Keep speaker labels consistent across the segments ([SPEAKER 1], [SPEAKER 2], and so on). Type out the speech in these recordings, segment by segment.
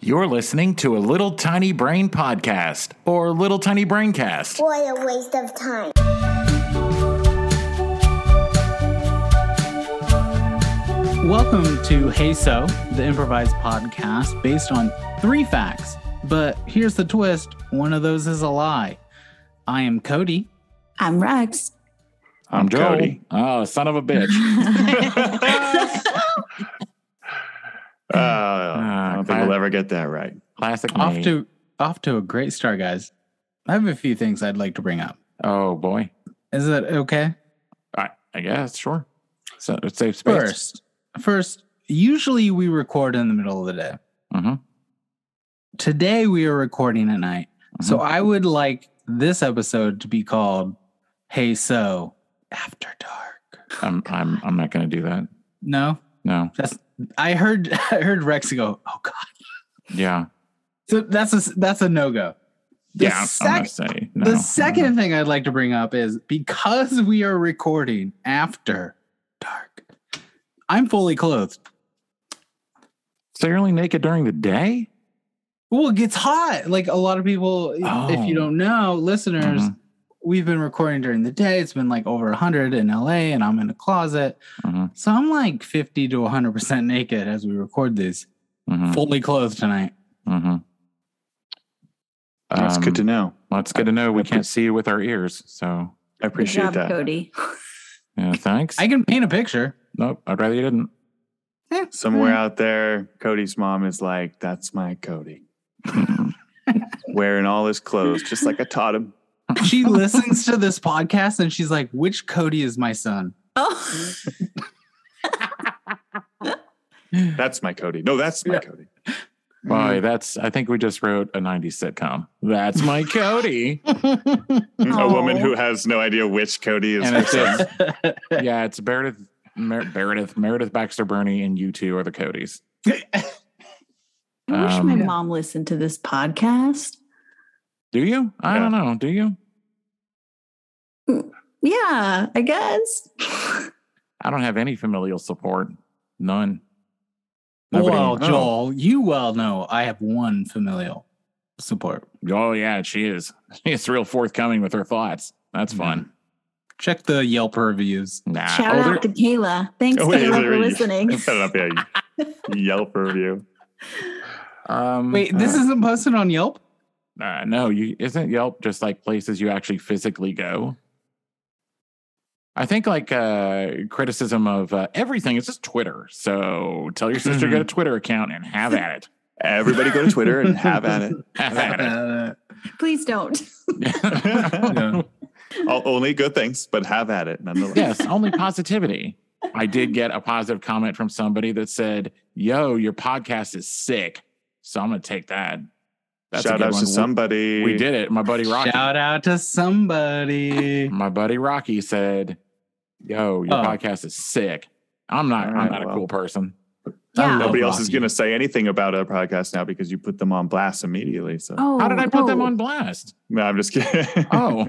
[SPEAKER 1] You're listening to a Little Tiny Brain podcast or Little Tiny Braincast.
[SPEAKER 2] What a waste of time.
[SPEAKER 3] Welcome to Hey So, the improvised podcast based on three facts. But here's the twist one of those is a lie. I am Cody.
[SPEAKER 4] I'm Rex.
[SPEAKER 1] I'm
[SPEAKER 5] Joe.
[SPEAKER 1] Cody. Oh, son of a bitch.
[SPEAKER 5] Uh,
[SPEAKER 1] Ah,
[SPEAKER 5] I don't think
[SPEAKER 1] glad-
[SPEAKER 5] we'll ever get that right.
[SPEAKER 1] Classic me.
[SPEAKER 3] Off to off to a great start, guys. I have a few things I'd like to bring up.
[SPEAKER 1] oh boy.
[SPEAKER 3] Is that okay?
[SPEAKER 1] I, I guess sure. So it's safe space.
[SPEAKER 3] First, first, usually we record in the middle of the day.
[SPEAKER 1] Mhm.
[SPEAKER 3] Today we are recording at night. So
[SPEAKER 1] Mhm.
[SPEAKER 3] I would like this episode to be called Hey So After Dark.
[SPEAKER 1] I'm I'm I'm not going to do that.
[SPEAKER 3] No?
[SPEAKER 1] No.
[SPEAKER 3] I heard I heard Rex go, "Oh God!"
[SPEAKER 1] Yeah.
[SPEAKER 3] So that's a that's a no go.
[SPEAKER 1] yeah. I'm- I'm gonna say no. Mm-hmm.
[SPEAKER 3] the second thing I'd like to bring up is because we are recording after dark, I'm fully clothed.
[SPEAKER 1] So you're only naked during the day?
[SPEAKER 3] Well, it gets hot. Like a lot of people, if
[SPEAKER 1] Oh.
[SPEAKER 3] you don't know, listeners,
[SPEAKER 1] Mhm.
[SPEAKER 3] we've been recording during the day. It's been like over 100 in LA, and I'm in a closet.
[SPEAKER 1] Mhm.
[SPEAKER 3] So I'm like 50 to 100% naked as we record these,
[SPEAKER 1] Mhm.
[SPEAKER 3] fully clothed tonight.
[SPEAKER 1] Mhm.
[SPEAKER 5] That's good to
[SPEAKER 1] know.
[SPEAKER 5] know.
[SPEAKER 1] Well, it's good Um, to know we can't see with our ears. So
[SPEAKER 5] I appreciate
[SPEAKER 4] Good job,
[SPEAKER 5] that.
[SPEAKER 4] Cody.
[SPEAKER 1] yeah, thanks.
[SPEAKER 3] I can paint a picture. Eh.
[SPEAKER 1] nope. I'd rather you didn't.
[SPEAKER 5] Somewhere
[SPEAKER 4] Mm.
[SPEAKER 5] out there, Cody's mom is like, "That's my Cody, wearing all his clothes, just like I taught him."
[SPEAKER 3] she listens to this podcast and she's like, which Cody is my son?
[SPEAKER 4] Oh,
[SPEAKER 5] That's my Cody. No, that's my
[SPEAKER 3] Yeah.
[SPEAKER 5] Cody.
[SPEAKER 3] Mm.
[SPEAKER 1] Boy, that's. I think we just wrote a '90s sitcom. That's my Cody.
[SPEAKER 5] Mm. A woman
[SPEAKER 4] Aw.
[SPEAKER 5] who has no idea which Cody is.
[SPEAKER 1] and
[SPEAKER 5] her
[SPEAKER 1] it's,
[SPEAKER 5] son.
[SPEAKER 1] it's- yeah, it's Meredith, Mer- Meredith, Meredith Baxter, Bernie, and you two are the Codys.
[SPEAKER 4] I wish
[SPEAKER 1] Um,
[SPEAKER 4] my
[SPEAKER 1] yeah.
[SPEAKER 4] mom listened to this podcast.
[SPEAKER 1] Do you? I
[SPEAKER 5] Yeah.
[SPEAKER 1] don't know. Do you?
[SPEAKER 4] Yeah, I guess.
[SPEAKER 1] I don't have any familial support. None.
[SPEAKER 3] well,
[SPEAKER 1] oh.
[SPEAKER 3] Joel, you well know I have one familial support.
[SPEAKER 1] Oh yeah, she is. She is real forthcoming with her thoughts. That's
[SPEAKER 3] Mm.
[SPEAKER 1] fun.
[SPEAKER 3] Check the Yelp reviews.
[SPEAKER 1] Nah.
[SPEAKER 4] Shout
[SPEAKER 1] Oh,
[SPEAKER 4] out to
[SPEAKER 1] there-
[SPEAKER 4] Kayla. Thanks,
[SPEAKER 5] Oh, wait, is
[SPEAKER 4] Kayla,
[SPEAKER 5] it
[SPEAKER 4] for
[SPEAKER 5] really-
[SPEAKER 4] listening.
[SPEAKER 5] Put it up here. Yelp review.
[SPEAKER 1] um,
[SPEAKER 3] Wait, this
[SPEAKER 1] uh,
[SPEAKER 3] isn't posted on Yelp?
[SPEAKER 1] uh, no. You isn't Yelp just like places you actually physically go? I think like uh, criticism of uh, everything is just Twitter. So tell your sister to
[SPEAKER 5] Mm-hmm.
[SPEAKER 1] get a Twitter account and have at it.
[SPEAKER 5] Everybody go to Twitter and have at it.
[SPEAKER 1] Have at it.
[SPEAKER 3] Uh,
[SPEAKER 4] Please don't.
[SPEAKER 3] Yeah.
[SPEAKER 5] O- Only good things, but have at it nonetheless.
[SPEAKER 1] yes, only positivity. I did get a positive comment from somebody that said, "Yo, your podcast is sick." So I'm gonna take that. a
[SPEAKER 5] Shout
[SPEAKER 1] good
[SPEAKER 5] out
[SPEAKER 1] one.
[SPEAKER 5] to somebody.
[SPEAKER 1] We did it. My buddy Rocky.
[SPEAKER 3] Shout out to somebody.
[SPEAKER 1] My buddy Rocky said, "Yo, your
[SPEAKER 3] Oh.
[SPEAKER 1] podcast is sick." I'm not.
[SPEAKER 5] All
[SPEAKER 1] I'm
[SPEAKER 5] right,
[SPEAKER 1] not a
[SPEAKER 5] well.
[SPEAKER 1] cool person.
[SPEAKER 3] I
[SPEAKER 4] Yeah.
[SPEAKER 3] love
[SPEAKER 5] Nobody else is
[SPEAKER 3] Rocky.
[SPEAKER 5] going to say anything about our podcast now because you put them on blast immediately. So
[SPEAKER 4] Oh,
[SPEAKER 1] How did I put them
[SPEAKER 4] no.
[SPEAKER 1] on blast?
[SPEAKER 5] no, I'm just kidding.
[SPEAKER 1] Oh,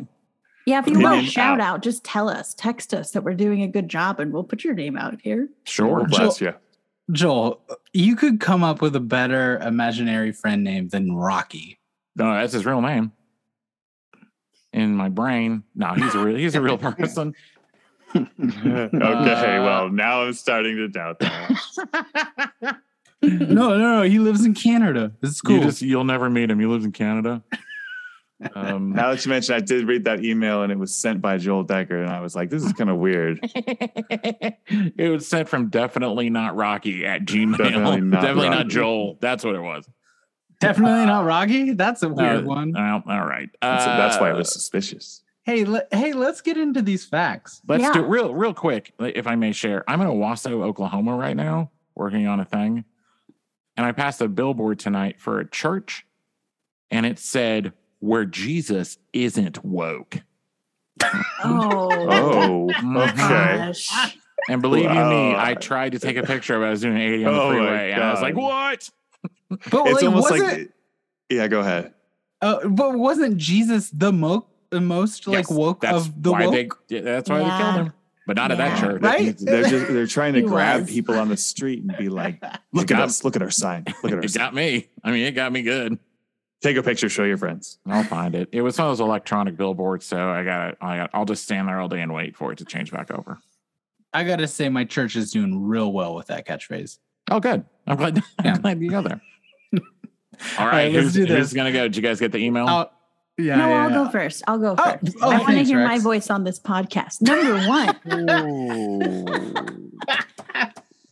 [SPEAKER 4] Yeah, if you
[SPEAKER 5] Opinion
[SPEAKER 4] want a
[SPEAKER 5] out.
[SPEAKER 4] shout out, just tell us, text us that we're doing a good job and we'll put your name out here.
[SPEAKER 1] sure.
[SPEAKER 3] Joel-
[SPEAKER 5] bless you.
[SPEAKER 3] Joel, you could come up with a better imaginary friend name than Rocky.
[SPEAKER 1] No, that's his real name. In my brain, no, he's a real. He's a real person.
[SPEAKER 5] okay,
[SPEAKER 1] Uh.
[SPEAKER 5] well, now I'm starting to doubt that.
[SPEAKER 3] No, no, no. He lives in Canada. It's cool.
[SPEAKER 1] You just you'll never meet him. He lives in Canada. Um,
[SPEAKER 5] now that you mentioned, I did read that email and it was sent by Joel Decker, and I was like, this is kind of weird.
[SPEAKER 1] it was sent from definitely not Rocky at Gmail. Definitely
[SPEAKER 5] Definitely
[SPEAKER 1] not,
[SPEAKER 5] not Rocky.
[SPEAKER 1] Joel. That's what it was.
[SPEAKER 3] Definitely not Rocky. That's a weird
[SPEAKER 1] Uh,
[SPEAKER 3] one.
[SPEAKER 1] Well, all right.
[SPEAKER 5] That's, that's why it
[SPEAKER 1] Uh,
[SPEAKER 5] was suspicious.
[SPEAKER 3] Hey, le- hey, let's get into these facts.
[SPEAKER 1] Let's
[SPEAKER 4] Yeah.
[SPEAKER 1] do real, real quick, if I may share. I'm in Owasso, Oklahoma right now, working on a thing. And I passed a billboard tonight for a church, and it said, Where Jesus isn't woke.
[SPEAKER 4] Oh,
[SPEAKER 5] Oh,
[SPEAKER 1] Mm-hmm.
[SPEAKER 5] okay.
[SPEAKER 4] gosh.
[SPEAKER 1] And believe you me,
[SPEAKER 5] Wow.
[SPEAKER 1] I tried to take a picture of it. I was doing 80 on the
[SPEAKER 5] Oh my
[SPEAKER 1] freeway, and I was
[SPEAKER 5] God.
[SPEAKER 1] like, What?
[SPEAKER 3] But
[SPEAKER 5] It's
[SPEAKER 3] like,
[SPEAKER 5] almost
[SPEAKER 3] wasn't,
[SPEAKER 5] like, yeah, go ahead.
[SPEAKER 3] uh, but wasn't Jesus the mo- the most like
[SPEAKER 1] Yes,
[SPEAKER 3] woke
[SPEAKER 1] That's
[SPEAKER 3] of the
[SPEAKER 1] why
[SPEAKER 3] woke?
[SPEAKER 1] they. yeah, That's why they
[SPEAKER 4] Yeah.
[SPEAKER 1] killed him. but not at that
[SPEAKER 4] Yeah.
[SPEAKER 1] church.
[SPEAKER 3] Right?
[SPEAKER 5] They're just they're trying to
[SPEAKER 4] He
[SPEAKER 5] grab
[SPEAKER 4] was.
[SPEAKER 5] people on the street and be like, "Look
[SPEAKER 1] It
[SPEAKER 5] at
[SPEAKER 1] got-
[SPEAKER 5] us! Look at our sign! Look at our
[SPEAKER 1] It
[SPEAKER 5] sign!
[SPEAKER 1] got me. I mean, it got me good.
[SPEAKER 5] Take a picture, show your friends."
[SPEAKER 1] I'll find it. It was one of those electronic billboards, so I got it. I got. I'll just stand there all day and wait for it to change back over.
[SPEAKER 3] I gotta say, my church is doing real well with that catchphrase.
[SPEAKER 1] Oh, good. I'm glad.
[SPEAKER 3] Yeah.
[SPEAKER 1] I'm glad you go there. All
[SPEAKER 3] right,
[SPEAKER 1] right,
[SPEAKER 3] let's
[SPEAKER 1] who's,
[SPEAKER 3] do
[SPEAKER 1] who's
[SPEAKER 3] this.
[SPEAKER 1] gonna go? Did you guys get the email?
[SPEAKER 3] Oh, yeah.
[SPEAKER 4] no,
[SPEAKER 3] yeah,
[SPEAKER 4] I'll
[SPEAKER 3] yeah.
[SPEAKER 4] go first. I'll go
[SPEAKER 3] Oh,
[SPEAKER 4] first.
[SPEAKER 3] oh,
[SPEAKER 4] I want to
[SPEAKER 3] thanks,
[SPEAKER 4] hear my
[SPEAKER 3] Rex.
[SPEAKER 4] voice on this podcast. Number one,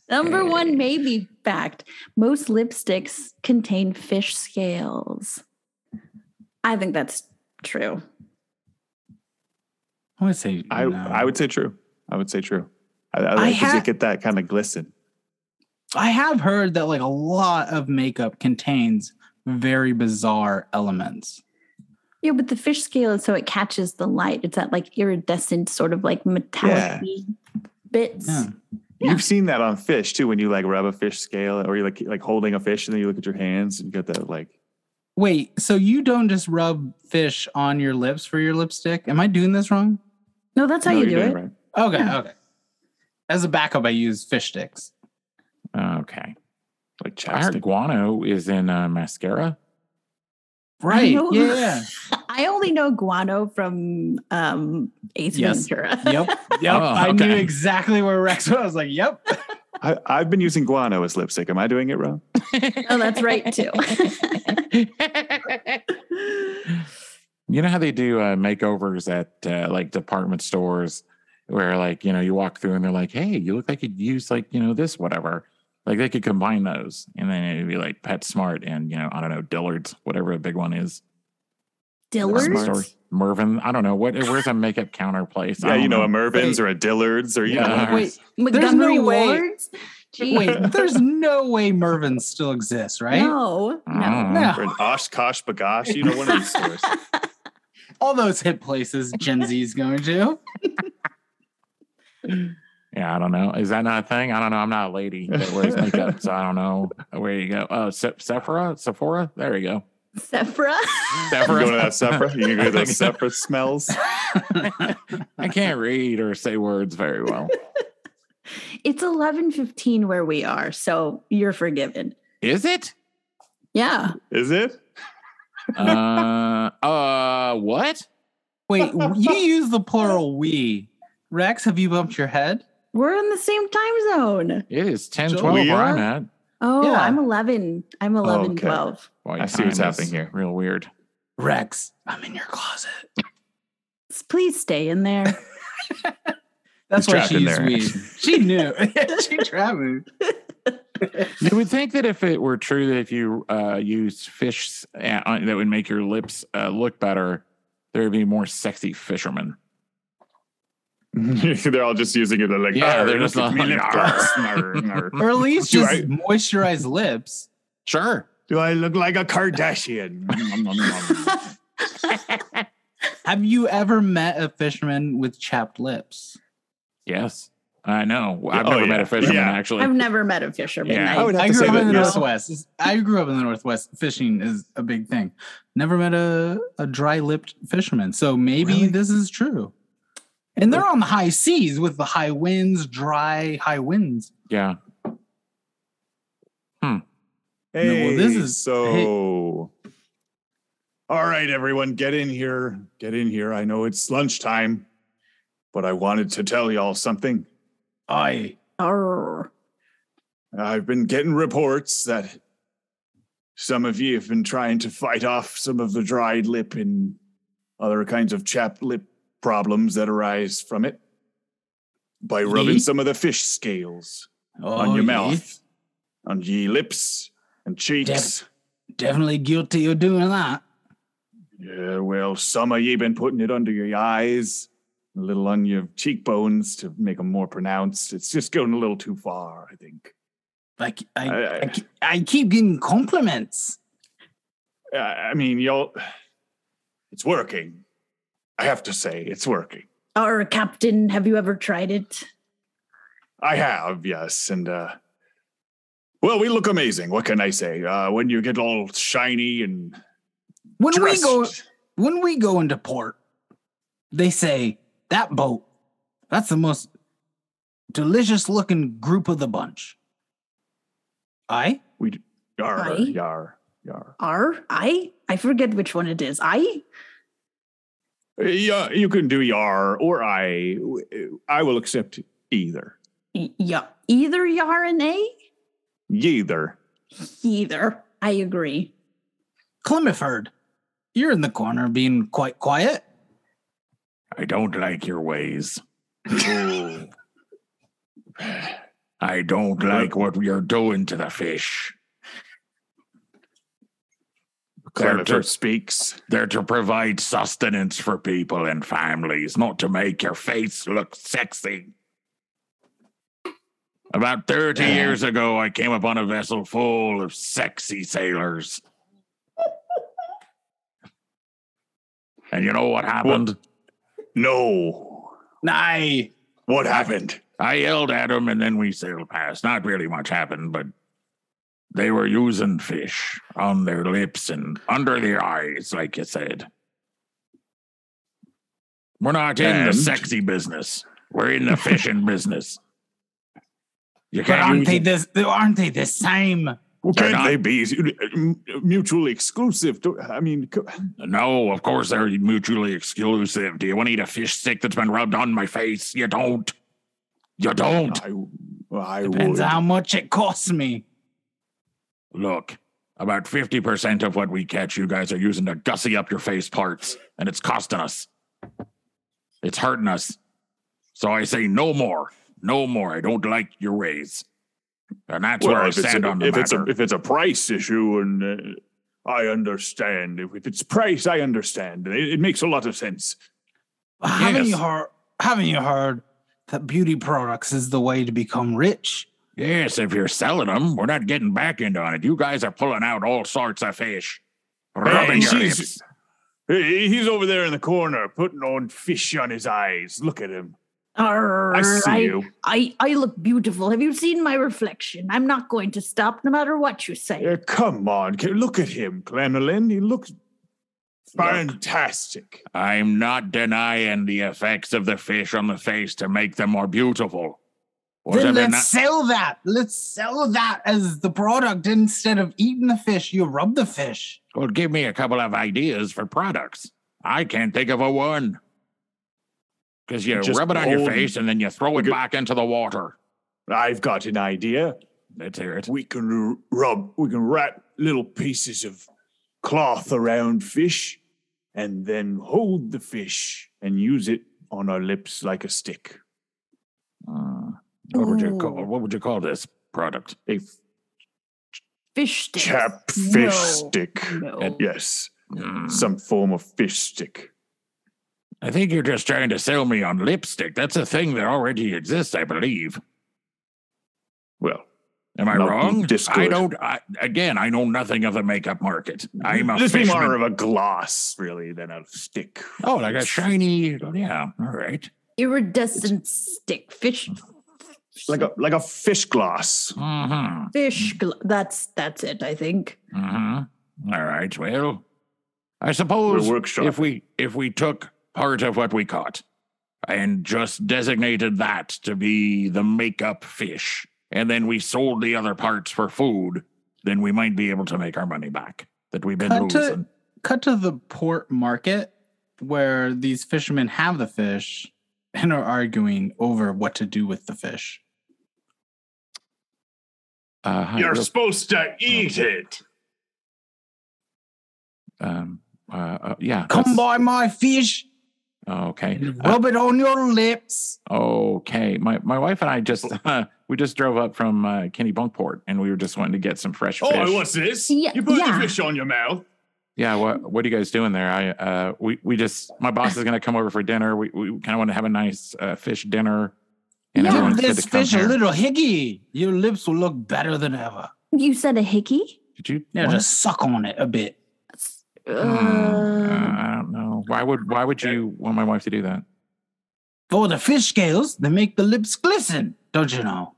[SPEAKER 4] number one, maybe fact: most lipsticks contain fish scales. I think that's true.
[SPEAKER 3] I would say
[SPEAKER 5] I
[SPEAKER 3] no.
[SPEAKER 5] I would say true. I would say true. I, I,
[SPEAKER 3] I
[SPEAKER 5] like, 'cause
[SPEAKER 3] ha-
[SPEAKER 5] you get that kind of glisten.
[SPEAKER 3] I have heard that like a lot of makeup contains very bizarre elements.
[SPEAKER 4] Yeah, but the fish scale is so it catches the light. It's that like iridescent sort of like metallic bits.
[SPEAKER 3] Yeah.
[SPEAKER 4] Yeah.
[SPEAKER 5] You've seen that on fish too, when you like rub a fish scale, or you're like like holding a fish, and then you look at your hands and you get that like.
[SPEAKER 3] Wait, so you don't just rub fish on your lips for your lipstick? Am I doing this wrong?
[SPEAKER 4] No, that's how
[SPEAKER 5] "No,
[SPEAKER 4] you do
[SPEAKER 5] you're doing
[SPEAKER 4] it.
[SPEAKER 5] Right.
[SPEAKER 3] Okay,
[SPEAKER 4] Yeah.
[SPEAKER 3] okay. As a backup, I use fish sticks.
[SPEAKER 4] Oh.
[SPEAKER 1] okay.
[SPEAKER 5] Like
[SPEAKER 1] I heard
[SPEAKER 5] chapstick.
[SPEAKER 1] guano is in uh, mascara.
[SPEAKER 3] Right.
[SPEAKER 4] know.
[SPEAKER 3] Yeah.
[SPEAKER 4] I only know guano from um, Ace
[SPEAKER 3] Yes.
[SPEAKER 4] Ventura.
[SPEAKER 3] yeah. yep. Yep.
[SPEAKER 1] Oh,
[SPEAKER 3] I knew
[SPEAKER 1] okay.
[SPEAKER 3] exactly where Rex was. I was like, yep.
[SPEAKER 5] I, I've been using guano as lipstick. Am I doing it wrong?
[SPEAKER 4] Oh, that's right too.
[SPEAKER 1] You know how they do uh, makeovers at uh, like department stores where like, you know, you walk through and they're like, hey, you look like you'd use like, you know, this, whatever. Like they could combine those and then it'd be like Pet Smart and, you know, I don't know, Dillard's, whatever the big one is.
[SPEAKER 4] Dillard's.
[SPEAKER 1] Department store. Mervin. I don't know. What, where's a makeup counter place? I
[SPEAKER 5] Yeah, you
[SPEAKER 1] don't
[SPEAKER 5] know, a Mervin's or a Dillard's or you
[SPEAKER 1] Yeah.
[SPEAKER 5] know,
[SPEAKER 3] Wait,
[SPEAKER 4] Montgomery
[SPEAKER 3] no way.
[SPEAKER 4] Ward's. Gee,
[SPEAKER 3] wait. There's no way Mervin still exists, right? Ah.
[SPEAKER 4] No, no.
[SPEAKER 1] Mm.
[SPEAKER 3] No.
[SPEAKER 5] or an Oshkosh Bagosh, you know, one of these stores.
[SPEAKER 3] All those hip places Gen Z's going to.
[SPEAKER 1] Yeah, I don't know. Is that not a thing? I don't know. I'm not a lady that wears makeup, so I don't know where you go. Oh, Se- Sephora, Sephora. There you go.
[SPEAKER 4] Sephora.
[SPEAKER 5] You
[SPEAKER 1] Sephora.
[SPEAKER 5] go to that Sephora. You can go to those Sephora smells.
[SPEAKER 1] I can't read or say words very well.
[SPEAKER 4] It's eleven fifteen where we are, so you're forgiven.
[SPEAKER 1] Is it?
[SPEAKER 4] Yeah,
[SPEAKER 5] Is it?
[SPEAKER 1] Uh, uh, what?
[SPEAKER 3] Wait, you use the plural we. Rex, have you bumped your head?
[SPEAKER 4] we're in the same time zone.
[SPEAKER 1] It is ten
[SPEAKER 3] So
[SPEAKER 1] twelve
[SPEAKER 5] we
[SPEAKER 1] where I'm
[SPEAKER 5] are?
[SPEAKER 1] at.
[SPEAKER 4] Oh,
[SPEAKER 3] Yeah.
[SPEAKER 4] I'm eleven. I'm eleven
[SPEAKER 5] Oh, okay.
[SPEAKER 4] twelve.
[SPEAKER 1] Boy,
[SPEAKER 5] I see what's
[SPEAKER 1] time
[SPEAKER 5] happening
[SPEAKER 1] is
[SPEAKER 5] here.
[SPEAKER 1] Real weird.
[SPEAKER 3] Rex, I'm in your closet.
[SPEAKER 4] Please stay in there.
[SPEAKER 3] That's
[SPEAKER 5] He's
[SPEAKER 3] why
[SPEAKER 5] trapped
[SPEAKER 3] she
[SPEAKER 5] in
[SPEAKER 3] used
[SPEAKER 5] there.
[SPEAKER 3] weed. She knew. she trapped me.
[SPEAKER 1] You would think that if it were true that if you uh, use fish uh, on- that would make your lips uh, look better, there would be more sexy fishermen.
[SPEAKER 5] they're all just using it. They're like,
[SPEAKER 1] Yeah,
[SPEAKER 5] "Arr,
[SPEAKER 1] they're just
[SPEAKER 5] look at
[SPEAKER 1] all
[SPEAKER 5] me
[SPEAKER 1] like,
[SPEAKER 5] lip
[SPEAKER 1] "Arr."
[SPEAKER 5] gloss. Arr, arr."
[SPEAKER 3] Or at least
[SPEAKER 5] Do
[SPEAKER 3] just
[SPEAKER 5] I-
[SPEAKER 3] moisturize lips.
[SPEAKER 1] Sure.
[SPEAKER 5] Do I look like a Kardashian? Nom, nom, nom.
[SPEAKER 3] Have you ever met a fisherman with chapped lips?
[SPEAKER 1] Yes, I know. I've
[SPEAKER 5] Oh,
[SPEAKER 1] never met
[SPEAKER 5] yeah.
[SPEAKER 1] a fisherman
[SPEAKER 5] Yeah.
[SPEAKER 1] actually.
[SPEAKER 4] I've never met a fisherman.
[SPEAKER 1] Yeah.
[SPEAKER 4] I-
[SPEAKER 5] I would have
[SPEAKER 3] I
[SPEAKER 5] to
[SPEAKER 3] grew
[SPEAKER 5] say
[SPEAKER 3] up in the
[SPEAKER 5] that. Yes.
[SPEAKER 3] Northwest. It's- I grew up in the Northwest. Fishing is a big thing. Never met a, a dry lipped fisherman. So maybe
[SPEAKER 5] Really?
[SPEAKER 3] this is true. And they're on the high seas with the high winds, dry high winds.
[SPEAKER 1] yeah.
[SPEAKER 5] Hey,
[SPEAKER 3] well, this is-
[SPEAKER 5] so. All right, everyone, get in here. Get in here. I know it's lunchtime, but I wanted to tell y'all something.
[SPEAKER 3] I
[SPEAKER 4] Arr.
[SPEAKER 5] I've been getting reports that some of you have been trying to fight off some of the dried lip and other kinds of chapped lip problems that arise from it by rubbing
[SPEAKER 3] Ye?
[SPEAKER 5] some of the fish scales
[SPEAKER 3] Oh,
[SPEAKER 5] on your mouth, Oh, on ye lips and cheeks.
[SPEAKER 3] Definitely guilty of doing that.
[SPEAKER 5] Yeah, well, some of ye been putting it under your eyes, a little on your cheekbones to make 'em more pronounced. It's just going a little too far, I think.
[SPEAKER 3] Like I,
[SPEAKER 5] I- I-
[SPEAKER 3] I, ke- I keep getting compliments.
[SPEAKER 5] Uh, I mean, y'all, it's working. I have to say, it's working.
[SPEAKER 4] Arr, Captain, have you ever tried it?
[SPEAKER 5] I have, yes. And, uh, well, we look amazing. What can I say? Uh, when you get all shiny and
[SPEAKER 3] When we
[SPEAKER 5] dressed,
[SPEAKER 3] go when we go into port, they say that boat. That's the most delicious looking group of the bunch. I?
[SPEAKER 5] We d- yar
[SPEAKER 4] Aye.
[SPEAKER 5] yar yar.
[SPEAKER 4] R I? I forget which one it is. I?
[SPEAKER 5] Yeah, you can do yar or I. I will accept either.
[SPEAKER 4] Y- Yeah. Either Yar and A?
[SPEAKER 5] Either.
[SPEAKER 4] Either. I agree.
[SPEAKER 3] Clemiford, you're in the corner being quite quiet.
[SPEAKER 1] I don't like your ways.
[SPEAKER 5] Oh.
[SPEAKER 1] I don't like what you're doing to the fish.
[SPEAKER 5] Clarifer speaks.
[SPEAKER 1] They're to provide sustenance for people and families, not to make your face look sexy. About 30
[SPEAKER 5] Yeah.
[SPEAKER 1] years ago, I came upon a vessel full of sexy sailors. and you know what happened?
[SPEAKER 5] No.
[SPEAKER 3] Nay.
[SPEAKER 5] What happened?
[SPEAKER 1] I yelled at them and then we sailed past. Not really much happened, but they were using fish on their lips and under their eyes, like you said. We're not in the
[SPEAKER 5] And?
[SPEAKER 1] sexy business. We're in the fishing business. You
[SPEAKER 3] But
[SPEAKER 1] can't
[SPEAKER 3] aren't
[SPEAKER 1] use
[SPEAKER 3] they this aren't they the same?
[SPEAKER 5] Well,
[SPEAKER 1] They're
[SPEAKER 5] can
[SPEAKER 1] not-
[SPEAKER 5] they be m- mutually exclusive? Don't- I mean, co-
[SPEAKER 1] No, of course they're mutually exclusive. Do you want to eat a fish stick that's been rubbed on my face? You don't. You don't.
[SPEAKER 5] I, I
[SPEAKER 3] Depends
[SPEAKER 5] would.
[SPEAKER 3] how much it costs me.
[SPEAKER 1] Look, about 50% of what we catch, you guys are using to gussy up your face parts, and it's costing us. It's hurting us. So I say no more. No more. I don't like your ways. And that's where I
[SPEAKER 5] if it's
[SPEAKER 1] stand
[SPEAKER 5] a-
[SPEAKER 1] on the
[SPEAKER 5] if
[SPEAKER 1] matter.
[SPEAKER 5] it's a if it's a price issue, and uh, I understand. If, if it's price, I understand. It, it makes a lot of sense.
[SPEAKER 3] Haven't you
[SPEAKER 1] Yes.
[SPEAKER 3] heard haven't you heard that beauty products is the way to become rich?
[SPEAKER 1] yes, if you're selling them, we're not getting back into it. You guys are pulling out all sorts of fish. Rubbing your
[SPEAKER 5] she's-
[SPEAKER 1] lips.
[SPEAKER 5] Hey, He's over there in the corner, putting on fish on his eyes. Look at him.
[SPEAKER 4] R
[SPEAKER 5] I see you.
[SPEAKER 4] I, I look beautiful. Have you seen my reflection? I'm not going to stop no matter what you say.
[SPEAKER 5] Uh, come on, ca- look at him, Clanolin. He looks fantastic.
[SPEAKER 1] I'm not denying the effects of the fish on the face to make them more beautiful. Was
[SPEAKER 3] then
[SPEAKER 1] it
[SPEAKER 3] let's
[SPEAKER 1] not-
[SPEAKER 3] sell that. Let's sell that as the product instead of eating the fish. You rub the fish.
[SPEAKER 1] Well, give me a couple of ideas for products. I can't think of a one. Because you
[SPEAKER 5] Just
[SPEAKER 1] rub it on your
[SPEAKER 5] old-
[SPEAKER 1] face and then you throw it
[SPEAKER 5] Good-
[SPEAKER 1] back into the water.
[SPEAKER 5] I've got an idea.
[SPEAKER 1] Let's hear it.
[SPEAKER 5] We can r- rub, we can wrap little pieces of cloth around fish, and then hold the fish and use it on our lips like a stick.
[SPEAKER 1] Uh, what would you call?
[SPEAKER 4] Ooh.
[SPEAKER 1] What would you call this product?
[SPEAKER 5] A
[SPEAKER 4] Fish sticks.
[SPEAKER 5] chap fish
[SPEAKER 4] No.
[SPEAKER 5] stick.
[SPEAKER 4] No.
[SPEAKER 1] And-
[SPEAKER 5] Yes,
[SPEAKER 1] Hmm.
[SPEAKER 5] some form of fish stick.
[SPEAKER 1] I think you're just trying to sell me on lipstick. That's a thing that already exists, I believe.
[SPEAKER 5] Well,
[SPEAKER 1] Am I
[SPEAKER 5] Not
[SPEAKER 1] wrong? I
[SPEAKER 5] Discord.
[SPEAKER 1] don't. I, again, I know nothing of the makeup market. I'm a
[SPEAKER 5] this be
[SPEAKER 1] fishman.
[SPEAKER 5] more of a gloss, really, than a stick.
[SPEAKER 1] oh, like a shiny. Yeah. All right.
[SPEAKER 4] Iridescent stick. Fish.
[SPEAKER 3] Mm.
[SPEAKER 5] like a like a fish gloss.
[SPEAKER 1] Mm-hmm.
[SPEAKER 4] Fish.
[SPEAKER 3] Mm.
[SPEAKER 4] Gl- that's that's it. I think.
[SPEAKER 1] Mm-hmm. All right. Well, I
[SPEAKER 5] We're
[SPEAKER 1] suppose
[SPEAKER 5] workshop.
[SPEAKER 1] if we if we took part of what we caught and just designated that to be the makeup fish, and then we sold the other parts for food, then we might be able to make our money back that we've been
[SPEAKER 3] Cut to-
[SPEAKER 1] losing.
[SPEAKER 3] Cut to the port market where these fishermen have the fish and are arguing over what to do with the fish.
[SPEAKER 1] Uh, hi, real-
[SPEAKER 5] supposed to
[SPEAKER 1] eat
[SPEAKER 5] it.
[SPEAKER 1] um, uh, uh, yeah.
[SPEAKER 3] Come
[SPEAKER 1] that's-
[SPEAKER 3] buy my fish
[SPEAKER 1] Okay.
[SPEAKER 3] and
[SPEAKER 1] Uh,
[SPEAKER 3] rub it on your lips.
[SPEAKER 1] okay. My my wife and I just we just drove up from uh, Kenny Bunkport, and we were just wanting to get some fresh
[SPEAKER 5] Oh,
[SPEAKER 1] fish.
[SPEAKER 5] what's this?
[SPEAKER 4] Yeah,
[SPEAKER 5] you put
[SPEAKER 4] yeah.
[SPEAKER 5] the fish on your mouth.
[SPEAKER 1] Yeah, what what are you guys doing there? I uh we we just my boss is gonna come over for dinner. We we kind of want to have a nice uh, fish dinner.
[SPEAKER 4] Yeah,
[SPEAKER 1] everyone's
[SPEAKER 3] Give
[SPEAKER 1] good
[SPEAKER 3] this
[SPEAKER 1] to come
[SPEAKER 3] fish a
[SPEAKER 1] here.
[SPEAKER 3] little hickey. Your lips will look better than ever.
[SPEAKER 4] You said a hickey.
[SPEAKER 1] Did you?
[SPEAKER 3] Now
[SPEAKER 1] what?
[SPEAKER 3] just suck on it a bit.
[SPEAKER 4] Uh,
[SPEAKER 1] Hmm,
[SPEAKER 3] Mm.
[SPEAKER 1] uh, I don't know. Why would why would you want my wife to do that?
[SPEAKER 3] For the fish scales, they make the lips glisten, don't you know?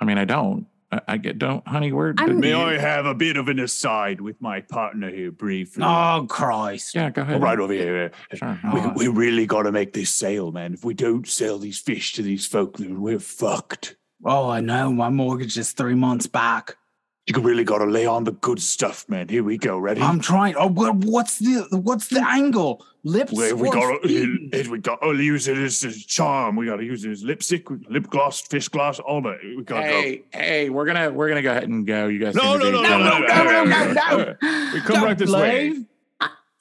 [SPEAKER 1] I mean, I don't. I, I get don't, honey. Where?
[SPEAKER 4] I'm-
[SPEAKER 1] did
[SPEAKER 5] May
[SPEAKER 1] you-
[SPEAKER 5] I have a bit of an aside with my partner here briefly?
[SPEAKER 1] Ah.
[SPEAKER 5] Oh,
[SPEAKER 3] Oh Christ!
[SPEAKER 1] yeah, go ahead.
[SPEAKER 5] Right over here.
[SPEAKER 1] Sure.
[SPEAKER 3] Oh.
[SPEAKER 5] We, we really got to make this sale, man. If we don't sell these fish to these folk, then we're fucked.
[SPEAKER 3] Oh, I know. My mortgage is three months back.
[SPEAKER 5] You really got to lay on the good stuff, man. Here we go. Ready?
[SPEAKER 3] I'm trying. Oh, what, what's the what's the angle? Lips.
[SPEAKER 5] we, we
[SPEAKER 3] or
[SPEAKER 5] got
[SPEAKER 3] feet?
[SPEAKER 5] to we oh, got to use it as a charm. We got to use it as lipstick, lip gloss, fish gloss, all that. We got to
[SPEAKER 1] Hey, hey, we're gonna we're gonna go ahead and go. You guys.
[SPEAKER 5] No,
[SPEAKER 1] seem to
[SPEAKER 5] no,
[SPEAKER 1] be-
[SPEAKER 5] no, no, no, no, no,
[SPEAKER 3] no.
[SPEAKER 4] I
[SPEAKER 5] We come
[SPEAKER 3] Don't
[SPEAKER 5] back this way.
[SPEAKER 3] blame.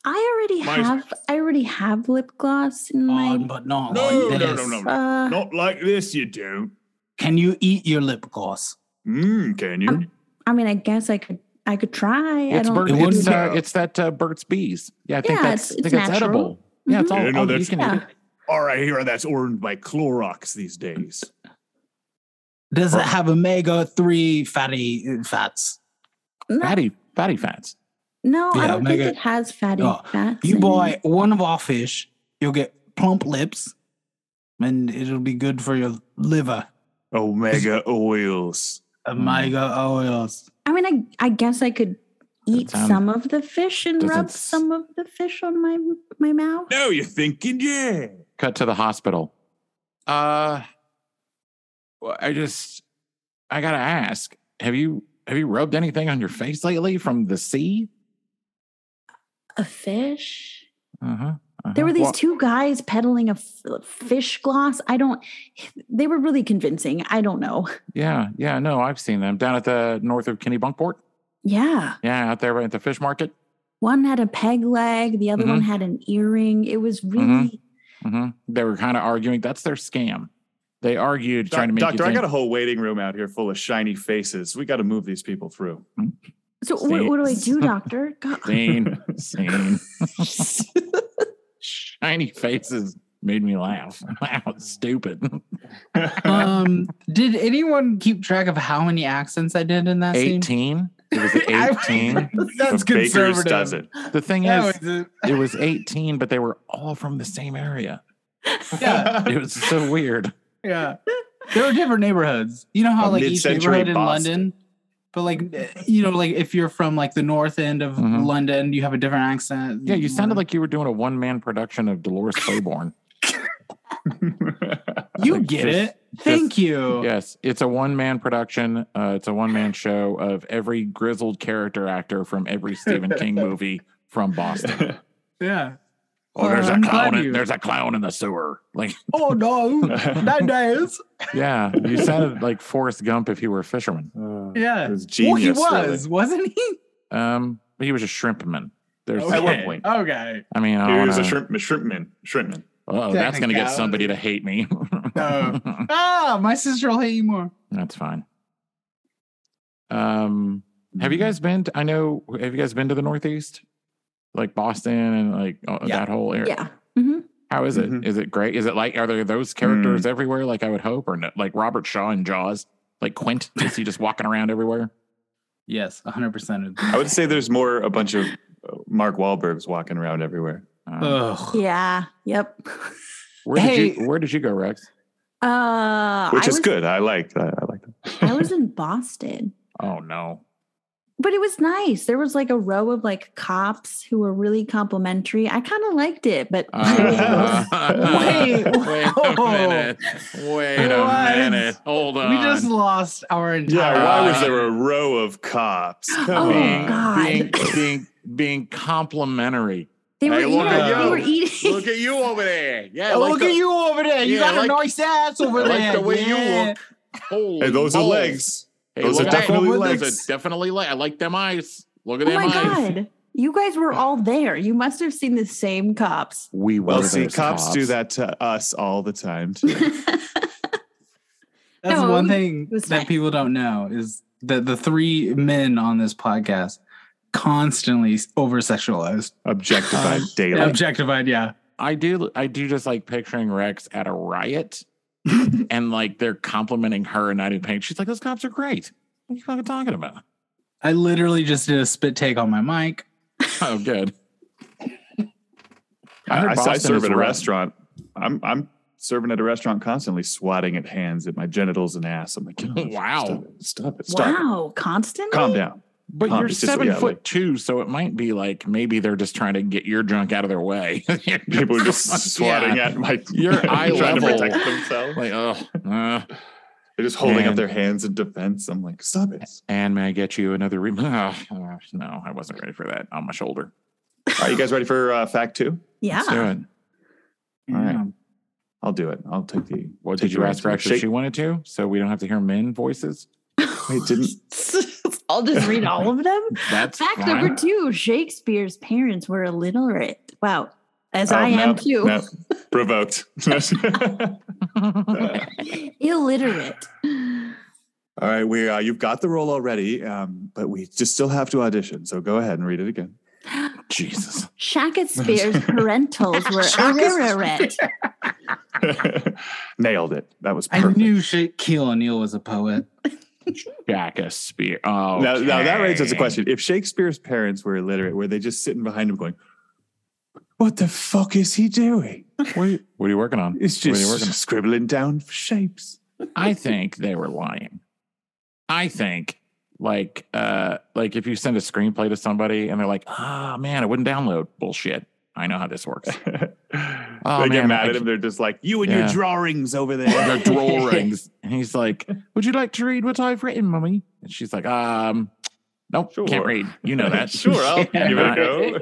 [SPEAKER 4] already
[SPEAKER 5] Mine's-
[SPEAKER 4] have. I already have lip gloss in my.
[SPEAKER 3] On, but not
[SPEAKER 5] No,
[SPEAKER 3] on
[SPEAKER 5] no,
[SPEAKER 3] this.
[SPEAKER 5] no, no.
[SPEAKER 4] uh,
[SPEAKER 5] Not like this, you do.
[SPEAKER 3] Can you eat your lip gloss?
[SPEAKER 5] Mm, can you?
[SPEAKER 4] Um, I mean, I guess I could. I could try. I
[SPEAKER 1] It's
[SPEAKER 4] don't.
[SPEAKER 1] Bert,
[SPEAKER 3] It
[SPEAKER 1] it's,
[SPEAKER 3] wouldn't-
[SPEAKER 1] uh, it's that uh, Burt's bees. Yeah, I think
[SPEAKER 4] Yeah,
[SPEAKER 1] that's
[SPEAKER 4] it's-
[SPEAKER 1] I think
[SPEAKER 4] it's
[SPEAKER 1] that's
[SPEAKER 4] natural.
[SPEAKER 1] edible. Yeah, it's
[SPEAKER 4] Mhm.
[SPEAKER 1] all.
[SPEAKER 5] Yeah, no,
[SPEAKER 1] all- you
[SPEAKER 5] that's-
[SPEAKER 1] can eat
[SPEAKER 4] Yeah.
[SPEAKER 1] it.
[SPEAKER 5] all right, here that's owned by Clorox these days.
[SPEAKER 3] Does it
[SPEAKER 5] Right.
[SPEAKER 3] have omega three fatty uh, fats?
[SPEAKER 4] No,
[SPEAKER 1] fatty fatty fats.
[SPEAKER 4] no
[SPEAKER 3] Yeah,
[SPEAKER 4] I don't think
[SPEAKER 3] omega-
[SPEAKER 4] it has fatty
[SPEAKER 3] Oh,
[SPEAKER 4] fats.
[SPEAKER 3] You
[SPEAKER 4] in
[SPEAKER 3] buy
[SPEAKER 4] it.
[SPEAKER 3] one of our fish, you'll get plump lips, and it'll be good for your liver.
[SPEAKER 5] Omega oils.
[SPEAKER 3] Omega
[SPEAKER 5] Mm.
[SPEAKER 3] oils.
[SPEAKER 4] I mean, I I guess I could eat
[SPEAKER 1] sound-
[SPEAKER 4] some of the fish and
[SPEAKER 1] doesn't
[SPEAKER 4] rub
[SPEAKER 1] s-
[SPEAKER 4] some of the fish on my my mouth.
[SPEAKER 5] No, you're thinking, yeah.
[SPEAKER 1] Cut to the hospital. Uh, well, I just I gotta ask: Have you have you rubbed anything on your face lately from the sea?
[SPEAKER 4] A fish.
[SPEAKER 1] Uh huh.
[SPEAKER 4] There were these two guys peddling a f- fish gloss. I don't. They were really convincing. I don't know.
[SPEAKER 1] Yeah, yeah. No, I've seen them down at the north of Kennebunkport.
[SPEAKER 4] Yeah,
[SPEAKER 1] Yeah, out there at the fish market.
[SPEAKER 4] one had a peg leg. The other one had an earring. It was really.
[SPEAKER 1] hmm They were kind of arguing. That's their scam. They argued trying to make
[SPEAKER 5] Doctor,
[SPEAKER 1] you
[SPEAKER 5] I
[SPEAKER 1] think,
[SPEAKER 5] got a whole waiting room out here full of shiny faces. We got to move these people through.
[SPEAKER 4] So what, what do I do,
[SPEAKER 1] Same.
[SPEAKER 4] doctor? God.
[SPEAKER 1] Scene, scene. Shiny faces made me laugh. Wow, it's stupid.
[SPEAKER 3] um, did anyone keep track of how many accents I did in that scene?
[SPEAKER 1] 18. It was
[SPEAKER 3] I-
[SPEAKER 1] 18.
[SPEAKER 3] That's
[SPEAKER 5] But Baker's
[SPEAKER 3] conservative.
[SPEAKER 5] does it.
[SPEAKER 1] the thing
[SPEAKER 3] That
[SPEAKER 1] is,
[SPEAKER 3] was a-
[SPEAKER 1] it was 18, but they were all from the same area.
[SPEAKER 3] yeah,
[SPEAKER 1] It was so weird.
[SPEAKER 3] yeah. There were different neighborhoods. You know how
[SPEAKER 5] Well,
[SPEAKER 3] like each
[SPEAKER 5] mid-century
[SPEAKER 3] neighborhood in
[SPEAKER 5] Boston.
[SPEAKER 3] London, but like you know, like if you're from like the north end of
[SPEAKER 1] Mhm.
[SPEAKER 3] London, you have a different accent.
[SPEAKER 1] Yeah, you sounded like you were doing a one man production of Dolores Claiborne.
[SPEAKER 3] you
[SPEAKER 1] like
[SPEAKER 3] get
[SPEAKER 1] just-
[SPEAKER 3] it. Thank you.
[SPEAKER 1] Yes, it's a one man production. Uh, it's a one man show of every grizzled character actor from every Stephen King movie from Boston.
[SPEAKER 3] Yeah.
[SPEAKER 1] Oh, there's a
[SPEAKER 3] I'm glad
[SPEAKER 1] clown. In,
[SPEAKER 3] you-
[SPEAKER 1] there's a clown in the sewer. Like,
[SPEAKER 3] Oh no, nowadays.
[SPEAKER 1] yeah, you sounded like Forrest Gump if he were a fisherman.
[SPEAKER 5] It
[SPEAKER 3] Yeah.
[SPEAKER 5] was genius.
[SPEAKER 3] well, he
[SPEAKER 5] really.
[SPEAKER 3] was, wasn't he?
[SPEAKER 1] Um, but he was a shrimpman. There's,
[SPEAKER 5] At one point.
[SPEAKER 3] Okay.
[SPEAKER 1] I mean, I
[SPEAKER 5] He
[SPEAKER 1] don't
[SPEAKER 5] was a
[SPEAKER 1] wanna-
[SPEAKER 5] shrimp, shrimpman. Shrimpman.
[SPEAKER 1] Oh, that's gonna get
[SPEAKER 3] Technicality.
[SPEAKER 1] somebody to hate me.
[SPEAKER 3] No. Ah, my sister will hate you more.
[SPEAKER 1] that's fine. Um, have
[SPEAKER 3] Mm-hmm.
[SPEAKER 1] you guys been? To, I know. Have you guys been to the Northeast, like Boston and like uh,
[SPEAKER 3] Yeah. Mm-hmm.
[SPEAKER 1] that whole area?
[SPEAKER 4] Yeah. hmm
[SPEAKER 1] How is it? Is
[SPEAKER 5] Mhm.
[SPEAKER 1] it great? Is it like are there
[SPEAKER 3] Mm.
[SPEAKER 1] those characters everywhere? Like I would hope, or no, like Robert Shaw in Jaws, like Quint, is he just walking around everywhere?
[SPEAKER 3] Yes, 100% of
[SPEAKER 5] I would say there's more a bunch of uh, Mark Wahlbergs walking around everywhere.
[SPEAKER 1] Um,
[SPEAKER 3] Ugh.
[SPEAKER 4] Yeah. Yep.
[SPEAKER 1] where did
[SPEAKER 3] Uh, Hey.
[SPEAKER 1] you Where did you go, Rex?
[SPEAKER 4] Uh,
[SPEAKER 5] Which
[SPEAKER 4] I
[SPEAKER 5] is
[SPEAKER 4] was,
[SPEAKER 5] good. I like that. I like that.
[SPEAKER 4] I was in Boston,
[SPEAKER 1] Oh no,
[SPEAKER 4] but it was nice. There was like a row of like cops who were really complimentary. I kind of liked it, but
[SPEAKER 1] Uh,
[SPEAKER 3] Wait,
[SPEAKER 1] wait
[SPEAKER 3] whoa.
[SPEAKER 1] a minute, wait
[SPEAKER 3] What?
[SPEAKER 1] a minute, hold on.
[SPEAKER 3] We just lost our entire.
[SPEAKER 5] yeah, why was
[SPEAKER 1] Uh,
[SPEAKER 5] there a row of cops?
[SPEAKER 4] Oh,
[SPEAKER 5] Come
[SPEAKER 1] being,
[SPEAKER 5] on.
[SPEAKER 4] God.
[SPEAKER 1] being being being complimentary.
[SPEAKER 4] they were
[SPEAKER 1] Hey,
[SPEAKER 4] eating.
[SPEAKER 1] look
[SPEAKER 5] at
[SPEAKER 4] They
[SPEAKER 5] you.
[SPEAKER 4] were eating.
[SPEAKER 1] Look at you over there. Yeah,
[SPEAKER 3] Oh,
[SPEAKER 1] like
[SPEAKER 3] look
[SPEAKER 1] the-
[SPEAKER 3] at you over there. You
[SPEAKER 1] Yeah,
[SPEAKER 3] got a
[SPEAKER 1] like-
[SPEAKER 3] nice ass over
[SPEAKER 1] I like
[SPEAKER 3] there.
[SPEAKER 1] the way you
[SPEAKER 3] Yeah.
[SPEAKER 1] look. Holy
[SPEAKER 5] Hey, those are
[SPEAKER 1] balls.
[SPEAKER 5] legs.
[SPEAKER 1] Hey,
[SPEAKER 5] Those
[SPEAKER 1] look
[SPEAKER 5] are
[SPEAKER 1] at that.
[SPEAKER 5] definitely
[SPEAKER 1] Those
[SPEAKER 5] legs.
[SPEAKER 1] are definitely legs. I like them eyes. Look at
[SPEAKER 4] oh
[SPEAKER 1] them
[SPEAKER 4] my
[SPEAKER 1] eyes.
[SPEAKER 4] god! You guys were all there. You must have seen the same cops.
[SPEAKER 1] We were
[SPEAKER 5] Well,
[SPEAKER 1] those
[SPEAKER 5] see, cops, do that to us all the time. too.
[SPEAKER 4] yeah,
[SPEAKER 3] That's
[SPEAKER 4] No,
[SPEAKER 3] one
[SPEAKER 4] it was-
[SPEAKER 3] thing
[SPEAKER 4] was
[SPEAKER 3] that
[SPEAKER 4] nice.
[SPEAKER 3] people don't know is that the three men on this podcast constantly over sexualized,
[SPEAKER 5] Objectified
[SPEAKER 4] Uh,
[SPEAKER 1] Um,
[SPEAKER 5] daily.
[SPEAKER 3] objectified. Yeah.
[SPEAKER 1] I do. I do just like picturing Rex at a riot, and like they're complimenting her, and I didn't think she's like, "Those cops are great." What are you fucking talking about?
[SPEAKER 3] I literally just did a spit take on my mic.
[SPEAKER 1] Oh, good.
[SPEAKER 5] I,
[SPEAKER 1] heard
[SPEAKER 5] I, I
[SPEAKER 1] Boston
[SPEAKER 5] serve
[SPEAKER 1] is
[SPEAKER 5] at a
[SPEAKER 1] rough.
[SPEAKER 5] restaurant. I'm I'm serving at a restaurant constantly swatting at hands at my genitals and ass. I'm like, get off.
[SPEAKER 1] Wow.
[SPEAKER 5] Stop it. Stop it. Stop it.
[SPEAKER 4] wow, constantly.
[SPEAKER 5] Calm down.
[SPEAKER 1] But
[SPEAKER 5] Huh,
[SPEAKER 1] you're
[SPEAKER 5] it's just-
[SPEAKER 1] seven
[SPEAKER 5] yeah,
[SPEAKER 1] foot
[SPEAKER 5] like-
[SPEAKER 1] two, so it might be like maybe they're just trying to get your junk out of their way.
[SPEAKER 5] People are just swatting
[SPEAKER 1] Yeah.
[SPEAKER 5] at my
[SPEAKER 1] Your eye
[SPEAKER 5] trying
[SPEAKER 1] level.
[SPEAKER 5] to protect themselves.
[SPEAKER 1] Like, oh,
[SPEAKER 5] They're just holding
[SPEAKER 1] Man.
[SPEAKER 5] up their hands in defense. I'm like, stop it.
[SPEAKER 1] and may I get you another? Re- Ah, ah, no, I wasn't ready for that on my shoulder.
[SPEAKER 5] Are you guys ready for uh, fact two?
[SPEAKER 1] Let's do
[SPEAKER 4] Yeah.
[SPEAKER 1] it.
[SPEAKER 5] All right.
[SPEAKER 3] Yeah.
[SPEAKER 5] I'll do it. I'll take the.
[SPEAKER 1] Well,
[SPEAKER 5] take
[SPEAKER 1] did you
[SPEAKER 5] your
[SPEAKER 1] ask her
[SPEAKER 5] answer.
[SPEAKER 1] actually if
[SPEAKER 5] Shake-
[SPEAKER 1] she wanted to, so we don't have to hear men voices?
[SPEAKER 5] Wait, didn't
[SPEAKER 4] I'll just read all of them.
[SPEAKER 1] That's
[SPEAKER 4] Fact
[SPEAKER 1] fine.
[SPEAKER 4] number two Shakespeare's parents were illiterate. Wow. As
[SPEAKER 5] Oh,
[SPEAKER 4] I
[SPEAKER 5] no,
[SPEAKER 4] am too.
[SPEAKER 5] no. provoked?
[SPEAKER 4] Illiterate.
[SPEAKER 5] All right, we uh, you've got the role already, um, but we just still have to audition. So go ahead and read it again.
[SPEAKER 1] Jesus.
[SPEAKER 4] Shakespeare's parentals were illiterate.
[SPEAKER 5] Nailed it. That was
[SPEAKER 3] I
[SPEAKER 5] perfect.
[SPEAKER 3] knew Sha- Keel O'Neill was a poet.
[SPEAKER 1] Shakespeare. Oh,
[SPEAKER 5] Now, now that raises a question: If Shakespeare's parents were illiterate, were they just sitting behind him going, "What the fuck is he doing?
[SPEAKER 1] What are you, what are you working on?
[SPEAKER 5] It's
[SPEAKER 1] What are you
[SPEAKER 5] just
[SPEAKER 1] working on?
[SPEAKER 5] scribbling down shapes."
[SPEAKER 1] I think they were lying. I think like uh like if you send a screenplay to somebody and they're like, ah man, it wouldn't download. Bullshit. I know how this works.
[SPEAKER 5] they get
[SPEAKER 1] Oh, man,
[SPEAKER 5] mad
[SPEAKER 1] I-
[SPEAKER 5] at him. They're just like, "You and your
[SPEAKER 1] Yeah.
[SPEAKER 5] drawings over
[SPEAKER 1] Their
[SPEAKER 5] there."
[SPEAKER 1] drawings. And he's like, Would you like to read what I've written, mummy? And she's like, um, nope, can't
[SPEAKER 5] Sure.
[SPEAKER 1] read. You know that.
[SPEAKER 5] sure, I'll give it a go.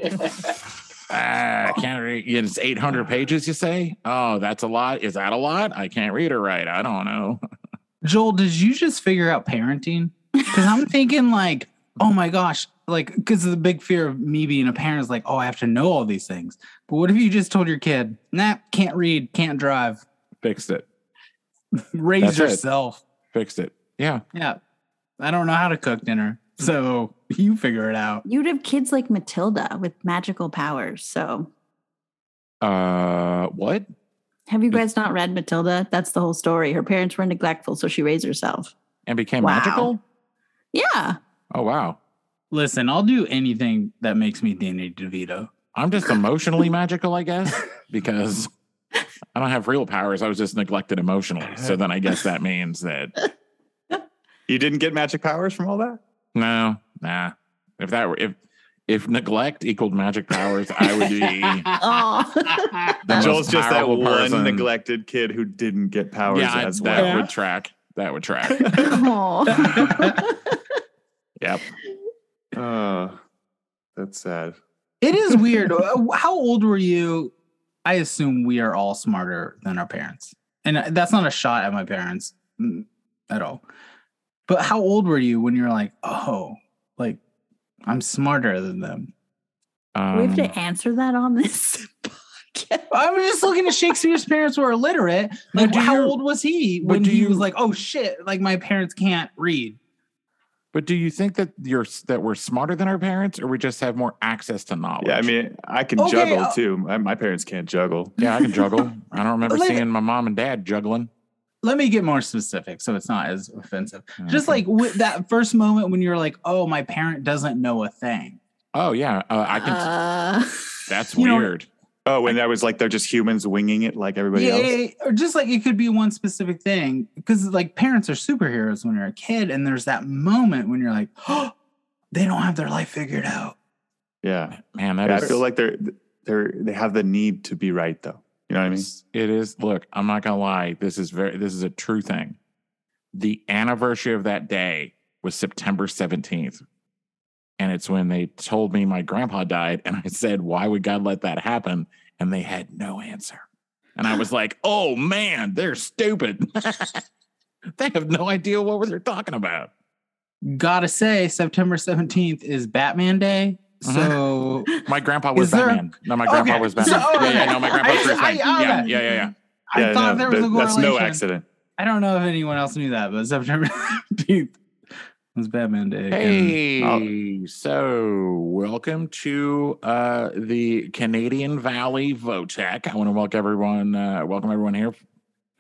[SPEAKER 1] Ah, can't read. yeah, It's 800 pages, you say? Oh, that's a lot. Is that a lot? I can't read or write. I don't know.
[SPEAKER 3] Joel, did you just figure out parenting? Because I'm thinking like, oh my gosh, like because the big fear of me being a parent is like, oh, I have to know all these things. But what if you just told your kid, nah, can't read, can't drive,
[SPEAKER 1] Fixed it.
[SPEAKER 3] raise
[SPEAKER 1] That's it.
[SPEAKER 3] yourself?
[SPEAKER 1] Fixed it. Yeah.
[SPEAKER 3] Yeah, I don't know how to cook dinner, so you figure it out.
[SPEAKER 4] You'd have kids like Matilda with magical powers. So,
[SPEAKER 1] Uh, what?
[SPEAKER 4] have you
[SPEAKER 1] Mm.
[SPEAKER 4] guys not read Matilda? That's the whole story. Her parents were neglectful, so she raised herself.
[SPEAKER 1] And became
[SPEAKER 4] Wow.
[SPEAKER 1] magical?
[SPEAKER 4] Yeah.
[SPEAKER 1] Oh, wow.
[SPEAKER 3] Listen, I'll do anything that makes me Danny DeVito.
[SPEAKER 1] I'm just emotionally magical, I guess, because I don't have real powers. I was just neglected emotionally. So then I guess that means that
[SPEAKER 5] you didn't get magic powers from all that.
[SPEAKER 1] no, nah. If that were if if neglect equaled magic powers, I would be the
[SPEAKER 4] Oh,
[SPEAKER 1] most
[SPEAKER 5] Joel's just that
[SPEAKER 1] powerful
[SPEAKER 5] one
[SPEAKER 1] person.
[SPEAKER 5] neglected kid who didn't get powers
[SPEAKER 1] Yeah, I-
[SPEAKER 5] as
[SPEAKER 1] that
[SPEAKER 5] well.
[SPEAKER 1] would track. That would track.
[SPEAKER 4] oh.
[SPEAKER 1] Yep.
[SPEAKER 5] Uh, that's sad.
[SPEAKER 3] It is weird. Uh, How old were you? I assume we are all smarter than our parents. And uh, that's not a shot at my parents mm, at all. But how old were you when you were like, oh, like I'm smarter than them?
[SPEAKER 4] we
[SPEAKER 1] Um,
[SPEAKER 4] have to answer that on this podcast.
[SPEAKER 3] I was just looking at Shakespeare's parents were illiterate.
[SPEAKER 1] But
[SPEAKER 3] Like,
[SPEAKER 1] do
[SPEAKER 3] how
[SPEAKER 1] you-
[SPEAKER 3] old was he
[SPEAKER 1] but
[SPEAKER 3] when
[SPEAKER 1] do
[SPEAKER 3] he was
[SPEAKER 1] you-
[SPEAKER 3] like, oh shit, like my parents can't read?
[SPEAKER 1] but do you think that you're that we're smarter than our parents, or we just have more access to knowledge?
[SPEAKER 5] Yeah, I mean, I can
[SPEAKER 3] Okay,
[SPEAKER 5] juggle
[SPEAKER 3] uh,
[SPEAKER 5] too. My, my parents can't juggle.
[SPEAKER 1] yeah, I can juggle. I don't remember
[SPEAKER 3] Let-
[SPEAKER 1] seeing my mom and dad juggling.
[SPEAKER 3] Let me get more specific so it's not as offensive. Just like with that first moment when you're like, oh, my parent doesn't know a thing.
[SPEAKER 1] oh yeah, uh, I can.
[SPEAKER 4] Uh,
[SPEAKER 1] that's
[SPEAKER 3] you know-
[SPEAKER 1] weird.
[SPEAKER 5] Oh, and that was like they're just humans winging it like everybody
[SPEAKER 3] yeah,
[SPEAKER 5] else.
[SPEAKER 3] yeah, yeah. or just like it could be one specific thing because like parents are superheroes when you're a kid, and there's that moment when you're like, oh, they don't have their life figured out.
[SPEAKER 5] Yeah,
[SPEAKER 1] Man, that
[SPEAKER 5] Yeah, I
[SPEAKER 1] is-
[SPEAKER 5] feel like they're they're they have the need to be right though. You know what I mean?
[SPEAKER 1] It's- It is. Look, I'm not gonna lie. This is very. This is a true thing. The anniversary of that day was September 17th, and it's when they told me my grandpa died, and I said, "Why would God let that happen?" And they had no answer, and I was like, "Oh man, they're stupid. they have no idea what they're talking about."
[SPEAKER 3] Gotta say, September 17th is Batman Day.
[SPEAKER 1] Uh-huh.
[SPEAKER 3] So
[SPEAKER 1] My grandpa was
[SPEAKER 3] Is there-
[SPEAKER 1] Batman. No, my grandpa
[SPEAKER 3] Okay,
[SPEAKER 1] was
[SPEAKER 3] so-
[SPEAKER 1] Batman. yeah,
[SPEAKER 3] okay.
[SPEAKER 1] yeah, no, my grandpa's
[SPEAKER 3] I-
[SPEAKER 1] Bruce Wayne.
[SPEAKER 3] I- I-
[SPEAKER 1] Yeah, yeah, yeah, yeah.
[SPEAKER 3] I
[SPEAKER 5] Yeah,
[SPEAKER 3] thought
[SPEAKER 5] no,
[SPEAKER 3] there was a
[SPEAKER 5] that- that's
[SPEAKER 3] correlation.
[SPEAKER 5] no accident.
[SPEAKER 3] I don't know if anyone else knew that, but September 17th was Batman Day. and
[SPEAKER 1] Hey,
[SPEAKER 5] Oh.
[SPEAKER 1] so welcome to uh, the Canadian Valley Votech. I want to welcome everyone. Uh, welcome everyone here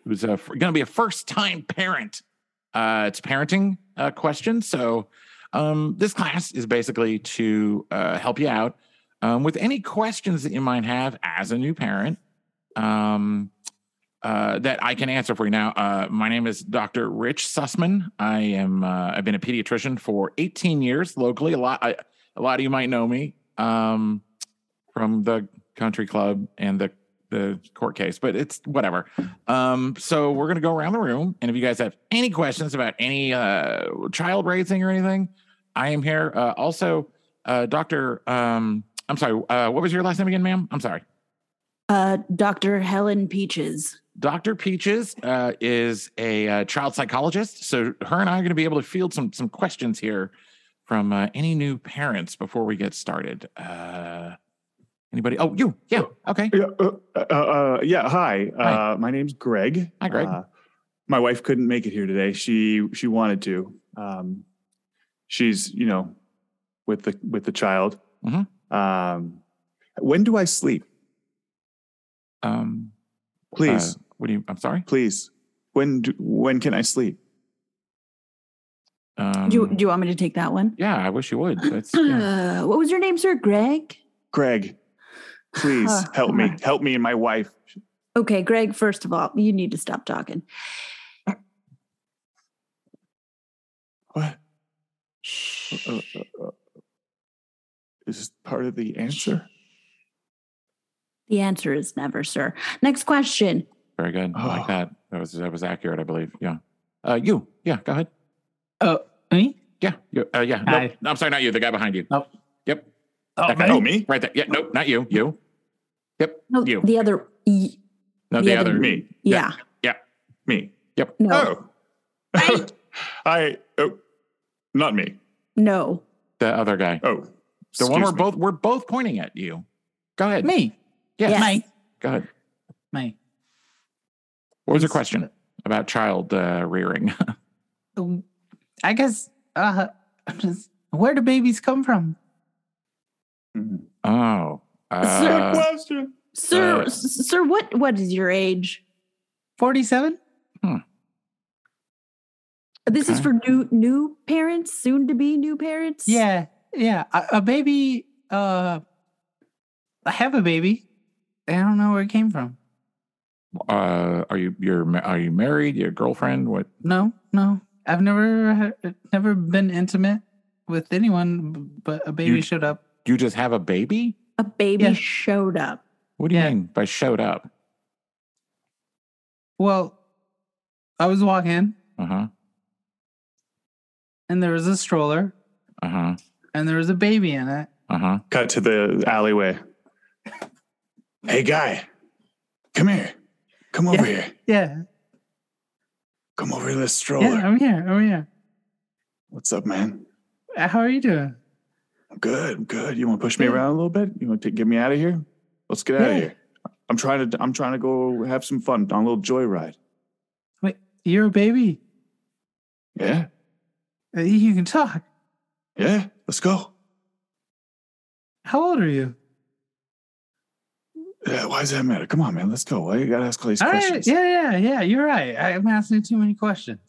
[SPEAKER 1] who's uh, going to be a first-time parent. Uh, it's a parenting uh, question, so um, this class is basically to uh, help you out um, with any questions that you might have as a new parent. Um, uh, that I can answer for you now. Uh, my name is Dr. Rich Sussman. I am. Uh, I've been a pediatrician for 18 years locally. A lot. I, a lot of you might know me um, from the country club and the the court case, but it's whatever. Um, so we're gonna go around the room, and if you guys have any questions about any uh, child raising or anything, I am here. Uh, also, uh, Doctor. Um, I'm sorry. Uh, what was your last name again, ma'am? I'm sorry.
[SPEAKER 4] Uh, Dr. Helen Peaches.
[SPEAKER 1] Dr. Peaches uh, is a uh, child psychologist, so her and I are going to be able to field some some questions here from uh, any new parents before we get started. Uh, anybody? Oh, you? Yeah. Okay.
[SPEAKER 5] Yeah, uh, uh, uh, yeah hi.
[SPEAKER 1] Hi.
[SPEAKER 5] Uh, my name's Greg.
[SPEAKER 1] Hi, Greg.
[SPEAKER 5] Uh, my wife couldn't make it here today. She she wanted to. Um, she's you know with the with the child.
[SPEAKER 1] Mhm.
[SPEAKER 5] Um, when do I sleep?
[SPEAKER 1] Um,
[SPEAKER 5] Please,
[SPEAKER 1] uh, what do you? I'm sorry.
[SPEAKER 5] please. When do, when can I sleep?
[SPEAKER 1] Um,
[SPEAKER 4] do, you, do you want me to take that one?
[SPEAKER 1] yeah, I wish you would. That's, yeah.
[SPEAKER 4] Uh, what was your name, sir? Greg?
[SPEAKER 5] Greg, please
[SPEAKER 4] Huh,
[SPEAKER 5] help me.
[SPEAKER 4] huh.
[SPEAKER 5] Help me and my wife.
[SPEAKER 4] Okay, Greg, first of all, you need to stop talking.
[SPEAKER 5] What
[SPEAKER 4] Shh.
[SPEAKER 5] Uh, uh, uh, is this part of the answer?
[SPEAKER 4] The answer is never, sir. Next question.
[SPEAKER 1] Very good. I
[SPEAKER 5] Oh.
[SPEAKER 1] like that. That was that was accurate, I believe. Yeah. Uh, you? Yeah. Go ahead.
[SPEAKER 3] Oh, me?
[SPEAKER 1] Yeah. You, uh, yeah. Nope.
[SPEAKER 3] Hi.
[SPEAKER 1] I'm sorry. Not you. The guy behind you.
[SPEAKER 3] Nope.
[SPEAKER 1] Yep.
[SPEAKER 3] Oh,
[SPEAKER 1] That guy.
[SPEAKER 3] man.
[SPEAKER 5] Oh, me,
[SPEAKER 1] Right there. Yeah. Nope. Not you. You. Yep.
[SPEAKER 4] No,
[SPEAKER 1] You.
[SPEAKER 4] Oh, the other. y-
[SPEAKER 1] No. The,
[SPEAKER 4] the
[SPEAKER 1] other.
[SPEAKER 4] other-
[SPEAKER 5] me,
[SPEAKER 4] yeah.
[SPEAKER 5] me.
[SPEAKER 4] No.
[SPEAKER 5] Oh, I oh, not me.
[SPEAKER 4] No.
[SPEAKER 1] The other guy.
[SPEAKER 5] Oh,
[SPEAKER 1] The one we're
[SPEAKER 5] excuse me.
[SPEAKER 1] both we're both pointing at you. Go ahead.
[SPEAKER 3] Me.
[SPEAKER 1] Yes.
[SPEAKER 4] Yes.
[SPEAKER 3] Me.
[SPEAKER 1] Go ahead.
[SPEAKER 3] Me.
[SPEAKER 1] What was your question about child uh, rearing?
[SPEAKER 3] Um, I guess, uh, I'm just, where do babies come from?
[SPEAKER 5] Mhm.
[SPEAKER 1] oh.
[SPEAKER 5] Good
[SPEAKER 1] Uh,
[SPEAKER 5] question.
[SPEAKER 4] Sir,
[SPEAKER 1] Uh,
[SPEAKER 4] s- sir, what what is your age?
[SPEAKER 3] 47?
[SPEAKER 4] This is
[SPEAKER 1] Okay.
[SPEAKER 4] for new new parents, soon to be new parents.
[SPEAKER 3] Yeah, yeah. A, a baby. Uh, I have a baby. I don't know where it came from.
[SPEAKER 1] uh, are you you're ma- are you married? Your girlfriend? What?
[SPEAKER 3] No, no. I've never ha- never been intimate with anyone, b- but a baby
[SPEAKER 1] You-
[SPEAKER 3] showed up.
[SPEAKER 1] You just have a baby?
[SPEAKER 4] A baby
[SPEAKER 3] Yeah.
[SPEAKER 4] showed up.
[SPEAKER 1] What do you
[SPEAKER 3] Yeah.
[SPEAKER 1] mean by showed up?
[SPEAKER 3] Well, I was walking,
[SPEAKER 1] Uh huh.
[SPEAKER 3] and there was a stroller,
[SPEAKER 1] Uh huh.
[SPEAKER 3] and there was a baby in it.
[SPEAKER 1] Uh huh.
[SPEAKER 5] Cut to the alleyway. Hey, guy, come here. Come over here.
[SPEAKER 3] Yeah,
[SPEAKER 5] Come over to this stroller.
[SPEAKER 3] yeah. I'm here. I'm here.
[SPEAKER 5] What's up, man?
[SPEAKER 3] Uh, How are you doing?
[SPEAKER 5] I'm good. I'm good. You want to push me
[SPEAKER 3] Yeah.
[SPEAKER 5] around a little bit? You want to get me out of here? Let's get out of
[SPEAKER 3] Yeah.
[SPEAKER 5] here. I'm trying to. I'm trying to go have some fun on a little joyride.
[SPEAKER 3] You're a baby.
[SPEAKER 5] Yeah,
[SPEAKER 3] Uh, You can talk.
[SPEAKER 5] yeah. Let's go.
[SPEAKER 3] How old are you?
[SPEAKER 5] Yeah, why does that matter? Come on, man. Let's go. Why you gotta ask all these
[SPEAKER 3] All right.
[SPEAKER 5] questions?
[SPEAKER 3] Yeah, yeah, yeah. You're right. I- I'm asking too many questions.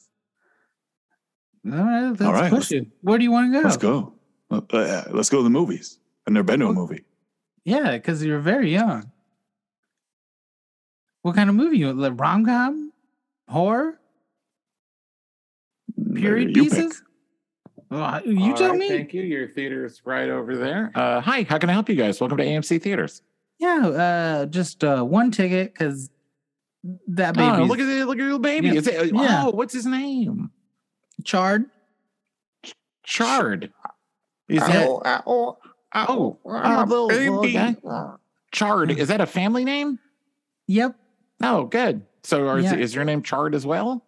[SPEAKER 3] All right. Let's
[SPEAKER 5] right,
[SPEAKER 3] push
[SPEAKER 5] let's-
[SPEAKER 3] you. Where do you want to go?
[SPEAKER 5] Let's go. Let- uh, Let's go to the movies. I've never been to a
[SPEAKER 3] Okay.
[SPEAKER 5] movie.
[SPEAKER 3] Yeah, because you're very young. What kind of movie you like rom com? Horror? Period
[SPEAKER 5] You pick.
[SPEAKER 3] pieces? Well, you tell me.
[SPEAKER 1] you. Your theater's right over there. Uh, hi. How can I help you guys? Welcome to AMC Theaters.
[SPEAKER 3] Yeah, uh, just uh, one ticket because that baby
[SPEAKER 1] Oh, look at the look at your baby.
[SPEAKER 3] Yeah.
[SPEAKER 1] Is it,
[SPEAKER 3] Yeah.
[SPEAKER 1] Oh, what's his name?
[SPEAKER 3] charred.
[SPEAKER 1] Chard. Is
[SPEAKER 3] Ow,
[SPEAKER 1] that oh, oh, little, little guy? Hmm. Chard. Is that a family name?
[SPEAKER 3] Yep.
[SPEAKER 1] Oh, good. So are,
[SPEAKER 3] Yeah.
[SPEAKER 1] is your name Chard as well?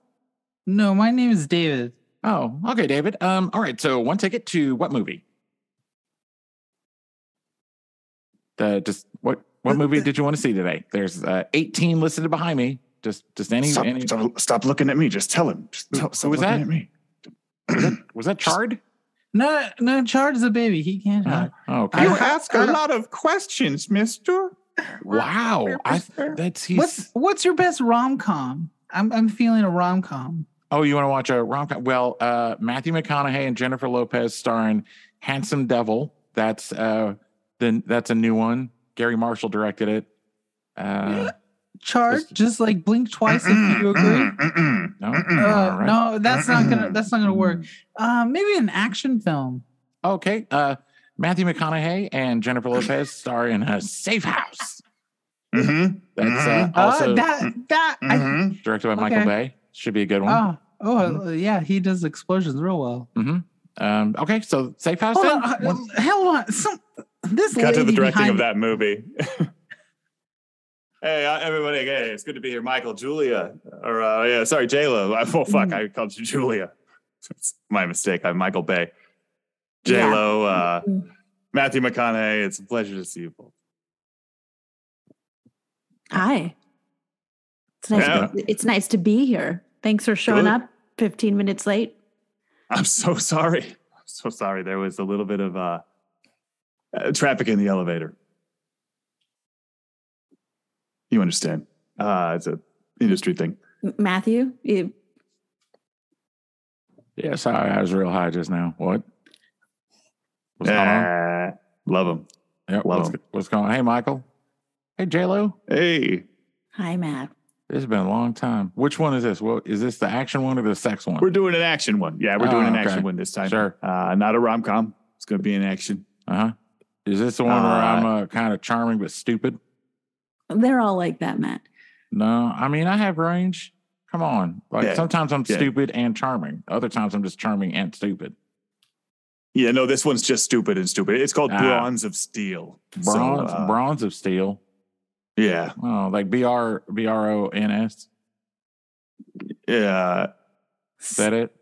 [SPEAKER 3] No, my name is David.
[SPEAKER 1] Oh, okay, David. Um, all right. So one ticket to what movie? The just what what
[SPEAKER 3] The-
[SPEAKER 1] movie
[SPEAKER 3] the-
[SPEAKER 1] did you want to see today? There's uh, 18 listed behind me. Just just any,
[SPEAKER 5] stop,
[SPEAKER 1] any
[SPEAKER 5] stop, stop looking at me. Just tell him. Just
[SPEAKER 1] Who-
[SPEAKER 5] tell,
[SPEAKER 1] who
[SPEAKER 5] stop
[SPEAKER 1] was
[SPEAKER 5] looking
[SPEAKER 1] that?
[SPEAKER 5] at me.
[SPEAKER 1] was that, was that Chard?
[SPEAKER 3] No, no, Chard is a baby. He can't
[SPEAKER 1] Uh,
[SPEAKER 5] Uh-huh.
[SPEAKER 3] talk.
[SPEAKER 1] oh, okay.
[SPEAKER 3] You I- ask a
[SPEAKER 5] lot of questions, mister.
[SPEAKER 1] wow. I, that's he's.
[SPEAKER 3] What's what's your best rom com? I'm I'm feeling a rom com.
[SPEAKER 1] Oh, you want to watch a rom com? Well, uh, Matthew McConaughey and Jennifer Lopez starring Handsome Devil. That's uh, then that's a new one. Gary Marshall directed it. Uh,
[SPEAKER 3] chart?
[SPEAKER 1] Just-
[SPEAKER 3] Just like blink twice if you agree.
[SPEAKER 1] No?
[SPEAKER 3] Uh,
[SPEAKER 1] All right.
[SPEAKER 3] No, that's not gonna. That's not gonna work. Uh, maybe an action film.
[SPEAKER 1] Okay. Uh, Matthew McConaughey and Jennifer Lopez star in a safe house.
[SPEAKER 5] Mm-hmm.
[SPEAKER 1] That's uh,
[SPEAKER 3] Uh,
[SPEAKER 1] also
[SPEAKER 3] that that. I,
[SPEAKER 5] Mm-hmm.
[SPEAKER 1] directed by Michael Bay. Should be a good one.
[SPEAKER 3] oh, oh uh, yeah, he does explosions real well.
[SPEAKER 1] Um, okay, so safe house.
[SPEAKER 3] Hold
[SPEAKER 1] then?
[SPEAKER 3] on, uh,
[SPEAKER 1] One-
[SPEAKER 3] hold on. Some this
[SPEAKER 5] Cut
[SPEAKER 3] lady
[SPEAKER 5] to the directing
[SPEAKER 3] behind,
[SPEAKER 5] of that movie. hey, uh, everybody! Hey, it's good to be here, Michael, Julia, or uh, yeah, sorry, Jayla. Oh fuck, I called you Julia. It's my mistake. I'm Michael Bay.
[SPEAKER 4] Yeah.
[SPEAKER 5] J-Lo, uh, Matthew McConaughey. It's a pleasure to see you both.
[SPEAKER 4] Hi. It's nice, it's nice to be here. Thanks for showing
[SPEAKER 5] Good.
[SPEAKER 4] up 15 minutes late.
[SPEAKER 5] I'm so sorry. I'm so sorry. There was a little bit of uh, uh, traffic in the elevator. You understand? Uh, it's a industry thing.
[SPEAKER 4] M- Matthew, you,
[SPEAKER 1] Yeah, sorry, I was real high just now. What? What's going on?
[SPEAKER 5] Uh, love them.
[SPEAKER 1] Yeah, what's,
[SPEAKER 5] love
[SPEAKER 1] what's going on? Hey, Michael. Hey, J Lo.
[SPEAKER 5] Hey,
[SPEAKER 4] hi, Matt.
[SPEAKER 1] This has been a long time. Which one is this? Well, is this the action one or the sex one?
[SPEAKER 5] we're doing an action one. Yeah, we're doing
[SPEAKER 1] Oh,
[SPEAKER 5] an
[SPEAKER 1] okay.
[SPEAKER 5] action one this time.
[SPEAKER 1] Sure.
[SPEAKER 5] Uh, not a rom com. It's going to be an action.
[SPEAKER 1] Uh huh. Is this the one where
[SPEAKER 5] Uh,
[SPEAKER 1] I'm uh, kind of charming but stupid?
[SPEAKER 4] They're all like that, Matt.
[SPEAKER 1] No, I mean I have range. Come on. Like
[SPEAKER 5] Yeah,
[SPEAKER 1] sometimes I'm
[SPEAKER 5] yeah.
[SPEAKER 1] stupid and charming. Other times I'm just charming and stupid.
[SPEAKER 5] Yeah, no, this one's just stupid and stupid. It's called
[SPEAKER 1] Ah.
[SPEAKER 5] Bronze of Steel. So,
[SPEAKER 1] Bronze,
[SPEAKER 5] uh,
[SPEAKER 1] bronze of steel.
[SPEAKER 5] Yeah,
[SPEAKER 1] Oh, like B R B R O N S.
[SPEAKER 5] yeah.
[SPEAKER 1] Is that it?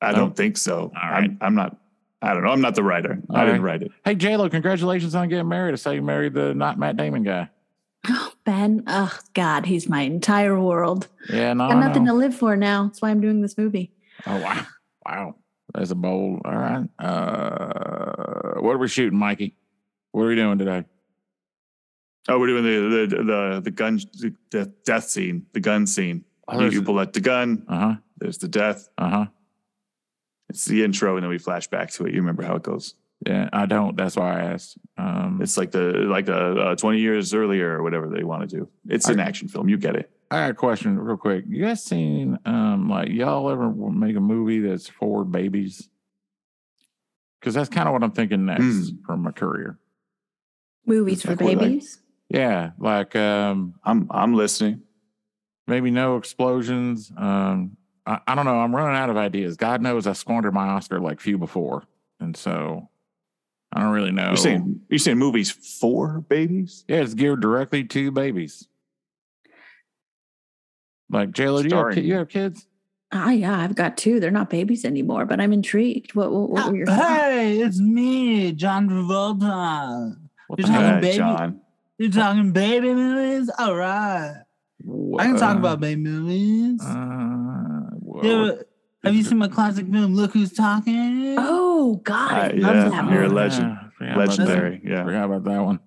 [SPEAKER 5] I
[SPEAKER 1] No?
[SPEAKER 5] don't think so.
[SPEAKER 1] Oh. All
[SPEAKER 5] I'm, I'm not. I don't know. I'm not the writer.
[SPEAKER 1] All
[SPEAKER 5] I didn't
[SPEAKER 1] right.
[SPEAKER 5] write it.
[SPEAKER 1] Hey J Lo, congratulations on getting married. I say you married the not Matt Damon guy.
[SPEAKER 4] Ben, oh God, he's my entire world.
[SPEAKER 1] Yeah, Oh, no,
[SPEAKER 4] Got
[SPEAKER 1] I
[SPEAKER 4] nothing
[SPEAKER 1] know.
[SPEAKER 4] to live for now. That's why I'm doing this movie.
[SPEAKER 1] Oh wow, wow, that's a bold. All right, uh, what are we shooting, Mikey? What are we doing today?
[SPEAKER 5] Oh, we're doing the the the, the gun the, the death scene, the gun scene.
[SPEAKER 1] Uh
[SPEAKER 5] you, you pull out the gun.
[SPEAKER 1] huh.
[SPEAKER 5] There's the death.
[SPEAKER 1] Uh huh.
[SPEAKER 5] It's the intro, and then we flash back to it. You remember how it goes?
[SPEAKER 1] Yeah, I don't. That's why I asked. Um,
[SPEAKER 5] It's like the like a, uh 20 years earlier or whatever they want to do. It's an action film. You get it.
[SPEAKER 1] I got a question real quick. You guys seen um like y'all ever make a movie that's for babies? Because that's kind of what I'm thinking next
[SPEAKER 5] Hmm.
[SPEAKER 1] from my career.
[SPEAKER 4] Movies for
[SPEAKER 5] Exactly like-
[SPEAKER 4] babies.
[SPEAKER 1] Yeah, like um
[SPEAKER 5] I'm I'm listening.
[SPEAKER 1] maybe no explosions. Um, I, I don't know. I'm running out of ideas. God knows I squandered my Oscar like few before, and so I don't really know.
[SPEAKER 5] You're saying you're saying movies for babies?
[SPEAKER 1] yeah, it's geared directly to babies. Like Jayla, do you have,
[SPEAKER 5] Starring-
[SPEAKER 1] ki- you have kids?
[SPEAKER 4] Ah, yeah, I've got two. They're not babies anymore, but I'm intrigued. What, what, what were your
[SPEAKER 1] Ah.
[SPEAKER 4] thoughts?
[SPEAKER 3] Hey, it's me, John Travolta.
[SPEAKER 1] What
[SPEAKER 3] There's not
[SPEAKER 1] heck?
[SPEAKER 3] a baby.
[SPEAKER 5] Uh, John.
[SPEAKER 3] You talking baby movies? All right, I can talk
[SPEAKER 1] Uh,
[SPEAKER 3] about baby movies.
[SPEAKER 1] Uh, whoa.
[SPEAKER 3] Yeah, but have you seen my classic film? Look who's talking.
[SPEAKER 4] Oh God, I
[SPEAKER 5] Uh,
[SPEAKER 4] love
[SPEAKER 5] yeah,
[SPEAKER 4] that
[SPEAKER 5] you're a
[SPEAKER 4] movie.
[SPEAKER 5] legend.
[SPEAKER 1] Oh, Yeah, forgot about that.
[SPEAKER 5] Legendary. Yeah.
[SPEAKER 1] Forgot about that one.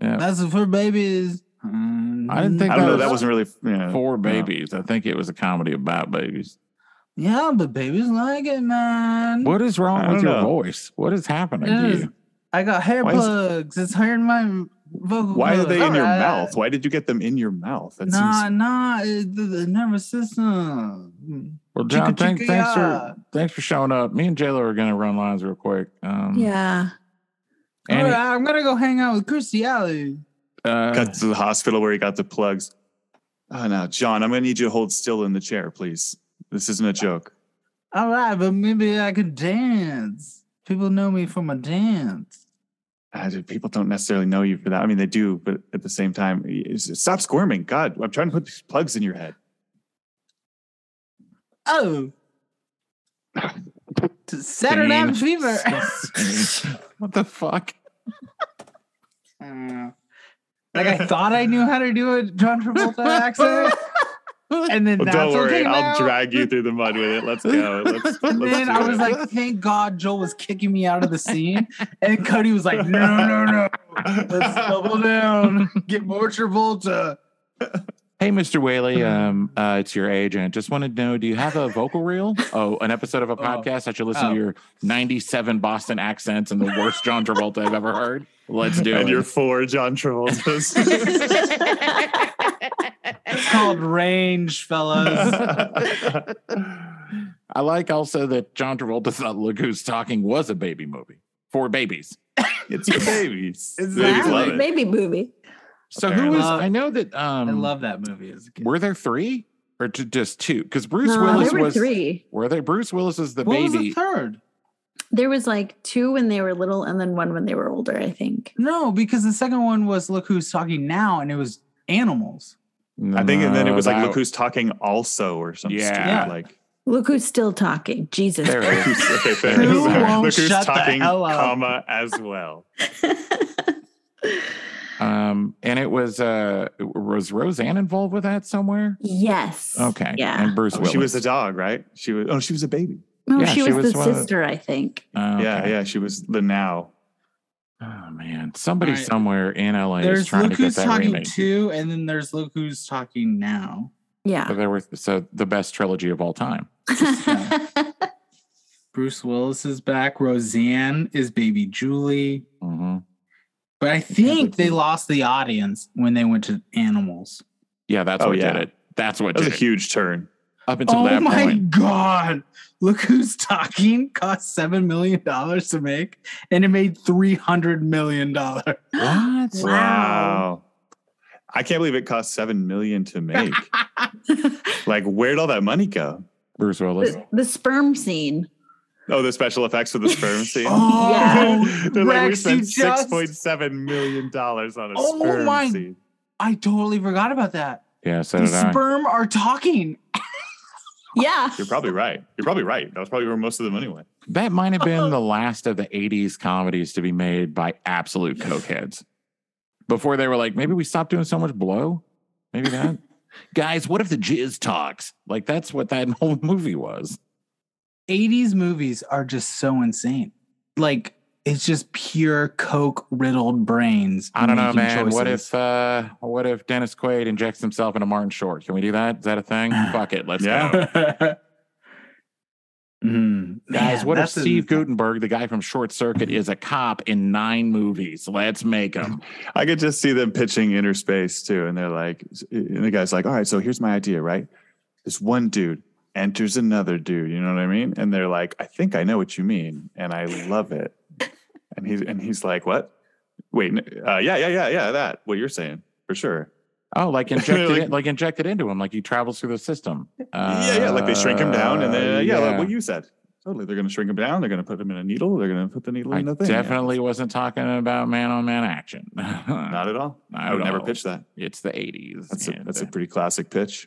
[SPEAKER 1] Yeah,
[SPEAKER 3] That's for babies. Mm,
[SPEAKER 1] I didn't think
[SPEAKER 5] I don't know. That
[SPEAKER 1] Because-
[SPEAKER 5] wasn't really yeah.
[SPEAKER 1] for babies. I think it was a comedy about babies.
[SPEAKER 3] Yeah, but babies like it, man.
[SPEAKER 1] What is
[SPEAKER 5] I
[SPEAKER 1] wrong with
[SPEAKER 5] don't
[SPEAKER 1] your
[SPEAKER 5] know.
[SPEAKER 1] voice? What is happening
[SPEAKER 3] It
[SPEAKER 1] to
[SPEAKER 3] is.
[SPEAKER 1] you?
[SPEAKER 3] I got hair
[SPEAKER 5] Why is-
[SPEAKER 3] plugs. It's hurting my vocal.
[SPEAKER 5] Why are
[SPEAKER 3] cords.
[SPEAKER 5] they in
[SPEAKER 3] All
[SPEAKER 5] your
[SPEAKER 3] right.
[SPEAKER 5] mouth? Why did you get them in your mouth? That
[SPEAKER 3] Oh, Nah,
[SPEAKER 5] seems
[SPEAKER 3] nah, it, the, the nervous system.
[SPEAKER 1] Well, John,
[SPEAKER 3] Chicka,
[SPEAKER 1] thank,
[SPEAKER 3] chicka,
[SPEAKER 1] thanks
[SPEAKER 3] yeah.
[SPEAKER 1] for thanks for showing up. Me and Jayla are gonna run lines real quick. Um,
[SPEAKER 4] Yeah,
[SPEAKER 1] Annie,
[SPEAKER 3] All right, I'm gonna go hang out with Kirstie Alley.
[SPEAKER 1] uh,
[SPEAKER 5] cut to the hospital where he got the plugs. Oh no, John, I'm gonna need you to hold still in the chair, please. This isn't a joke.
[SPEAKER 3] All right, but maybe I could dance. People know me for my dance.
[SPEAKER 5] Uh, dude, people don't necessarily know you for that. I mean, they do, but at the same time, y- stop squirming. God, I'm trying to put these plugs in your head.
[SPEAKER 3] Oh, To Saturday Night
[SPEAKER 1] Dean.
[SPEAKER 3] Fever.
[SPEAKER 1] what the fuck?
[SPEAKER 3] Uh, like I thought I knew how to do a John Travolta accent, and then
[SPEAKER 5] Well,
[SPEAKER 3] that's
[SPEAKER 5] don't
[SPEAKER 3] what
[SPEAKER 5] worry,
[SPEAKER 3] came
[SPEAKER 5] I'll
[SPEAKER 3] out.
[SPEAKER 5] drag you through the mud with it. Let's go. Let's,
[SPEAKER 1] And
[SPEAKER 5] let's
[SPEAKER 3] And then
[SPEAKER 5] do
[SPEAKER 3] I was
[SPEAKER 5] it.
[SPEAKER 3] like, thank God Joel was kicking me out of the scene. And Cody was like, no, no, no. Let's double down. Get more Travolta.
[SPEAKER 1] Hey, Mr. Whaley, um, uh, it's your agent. Just wanted to know, do you have a vocal reel? Oh, an episode of a podcast that should listen
[SPEAKER 3] Oh.
[SPEAKER 1] to your 97 Boston accents and the worst John Travolta I've ever heard? Let's do
[SPEAKER 5] and
[SPEAKER 1] it.
[SPEAKER 5] your four John Travolta's.
[SPEAKER 3] It's called range, fellas.
[SPEAKER 1] I like also that John Travolta thought Look Who's Talking was a baby movie for babies.
[SPEAKER 5] it's the babies. Babies
[SPEAKER 1] Exactly.
[SPEAKER 5] love it.
[SPEAKER 4] Baby movie.
[SPEAKER 1] So who is?
[SPEAKER 3] Apparently.
[SPEAKER 1] I know that. Um,
[SPEAKER 3] I love that movie. As a kid.
[SPEAKER 1] Were there three or ju- just two? Because Bruce
[SPEAKER 3] No,
[SPEAKER 1] Willis
[SPEAKER 4] there were
[SPEAKER 1] was.
[SPEAKER 4] three.
[SPEAKER 1] Were there? Bruce Willis was the
[SPEAKER 3] what was
[SPEAKER 1] baby.
[SPEAKER 3] the third?
[SPEAKER 4] There was like two when they were little, and then one when they were older. I think.
[SPEAKER 3] No, because the second one was Look Who's Talking Now, and it was animals.
[SPEAKER 5] I think, and then it
[SPEAKER 1] No,
[SPEAKER 5] was like,
[SPEAKER 1] that-
[SPEAKER 5] look who's talking also, or something.
[SPEAKER 1] Yeah.
[SPEAKER 5] Yeah. Like,
[SPEAKER 4] Look who's still talking. Jesus.
[SPEAKER 1] There it
[SPEAKER 5] who's- okay, fair.
[SPEAKER 1] Who
[SPEAKER 5] Sorry.
[SPEAKER 1] won't
[SPEAKER 5] look who's
[SPEAKER 3] shut the
[SPEAKER 5] talking,
[SPEAKER 3] hell up?
[SPEAKER 5] comma, as well.
[SPEAKER 1] Um, and it was. Uh, was Roseanne involved with that somewhere?
[SPEAKER 4] yes.
[SPEAKER 1] Okay.
[SPEAKER 4] Yeah.
[SPEAKER 1] And Bruce Willis.
[SPEAKER 5] She was a dog, right? She was, oh, she was a baby.
[SPEAKER 4] No,
[SPEAKER 1] Yeah,
[SPEAKER 4] she,
[SPEAKER 1] she
[SPEAKER 4] was,
[SPEAKER 1] was
[SPEAKER 4] the
[SPEAKER 1] one of the-
[SPEAKER 4] sister, I think.
[SPEAKER 1] Oh,
[SPEAKER 5] Yeah,
[SPEAKER 1] okay.
[SPEAKER 5] yeah, she was the now.
[SPEAKER 1] Oh man, somebody
[SPEAKER 3] All right.
[SPEAKER 1] somewhere in LA is
[SPEAKER 3] there's
[SPEAKER 1] trying
[SPEAKER 3] Look
[SPEAKER 1] to get
[SPEAKER 3] Who's
[SPEAKER 1] that
[SPEAKER 3] Talking
[SPEAKER 1] remade.
[SPEAKER 3] Two, and then there's Look Who's Talking Now.
[SPEAKER 4] Yeah.
[SPEAKER 1] So there were so the best trilogy of all time.
[SPEAKER 3] Bruce Willis is back. Roseanne is baby Julie.
[SPEAKER 1] hmm
[SPEAKER 3] But I think they lost the audience when they went to animals.
[SPEAKER 1] Yeah, that's
[SPEAKER 5] Oh,
[SPEAKER 1] what
[SPEAKER 5] yeah.
[SPEAKER 1] did it. That's what
[SPEAKER 5] That was
[SPEAKER 1] did
[SPEAKER 5] a
[SPEAKER 1] it.
[SPEAKER 5] huge turn.
[SPEAKER 1] Up until
[SPEAKER 3] oh
[SPEAKER 1] that
[SPEAKER 3] my
[SPEAKER 1] point,
[SPEAKER 3] god! Look who's talking. Cost seven million dollars to make, and it made three hundred million dollars.
[SPEAKER 1] what?
[SPEAKER 4] Wow.
[SPEAKER 5] I can't believe it cost seven million to make. like, where'd all that money go?
[SPEAKER 1] Bruce Willis.
[SPEAKER 4] the, the sperm scene.
[SPEAKER 5] Oh, the special effects for the sperm scene.
[SPEAKER 3] Oh,
[SPEAKER 4] Yeah.
[SPEAKER 5] They're like, we
[SPEAKER 3] Rex, you
[SPEAKER 5] spent
[SPEAKER 3] just-
[SPEAKER 5] six point seven million dollars on a
[SPEAKER 3] Oh
[SPEAKER 5] sperm
[SPEAKER 3] my-
[SPEAKER 5] scene.
[SPEAKER 3] I totally forgot about that.
[SPEAKER 1] Yeah, so
[SPEAKER 3] The
[SPEAKER 1] did I.
[SPEAKER 3] sperm are talking.
[SPEAKER 4] Yeah.
[SPEAKER 5] You're probably right. You're probably right. That was probably where most of the money went.
[SPEAKER 1] That might have been the last of the 80s comedies to be made by absolute cokeheads. Before they were like, maybe we stop doing so much blow. Maybe that. Guys, what if the jizz talks? Like, that's what that whole movie was.
[SPEAKER 3] 80s movies are just so insane. Like it's just pure coke riddled brains.
[SPEAKER 1] I don't know,
[SPEAKER 3] making
[SPEAKER 1] man. What
[SPEAKER 3] choices.
[SPEAKER 1] if uh what if Dennis Quaid injects himself into Martin Short? Can we do that? Is that a thing? Fuck it. Let's
[SPEAKER 5] Yeah.
[SPEAKER 1] go.
[SPEAKER 3] Mm,
[SPEAKER 1] uh, Guys,
[SPEAKER 3] man,
[SPEAKER 1] what if
[SPEAKER 3] that's a-
[SPEAKER 1] Steve Gutenberg, the guy from Short Circuit, is a cop in nine movies? Let's make him.
[SPEAKER 5] I could just see them pitching inner space too, and they're like, and the guy's like, "All right, so here's my idea, right? This one dude enters another dude, you know what I mean?" And they're like, "I think I know what you mean, and I love it." and he's and he's like, "What? Wait, n- uh, yeah, yeah, yeah, yeah, that what you're saying for sure?
[SPEAKER 1] Oh, like injected,
[SPEAKER 5] Like-
[SPEAKER 1] it, like injected into him, like he travels through the system.
[SPEAKER 5] yeah, yeah, like they shrink him down, and then
[SPEAKER 1] Uh,
[SPEAKER 5] yeah, like what you said." Totally, they're going to shrink him down. They're going to put him in a needle. They're going to put the needle
[SPEAKER 1] I
[SPEAKER 5] in the thing.
[SPEAKER 1] definitely wasn't talking about man-on-man action.
[SPEAKER 5] not at all.
[SPEAKER 1] Not
[SPEAKER 5] I would
[SPEAKER 1] at
[SPEAKER 5] never
[SPEAKER 1] all.
[SPEAKER 5] pitch that.
[SPEAKER 1] it's the '80s.
[SPEAKER 5] That's a,
[SPEAKER 1] and-
[SPEAKER 5] that's a pretty classic pitch.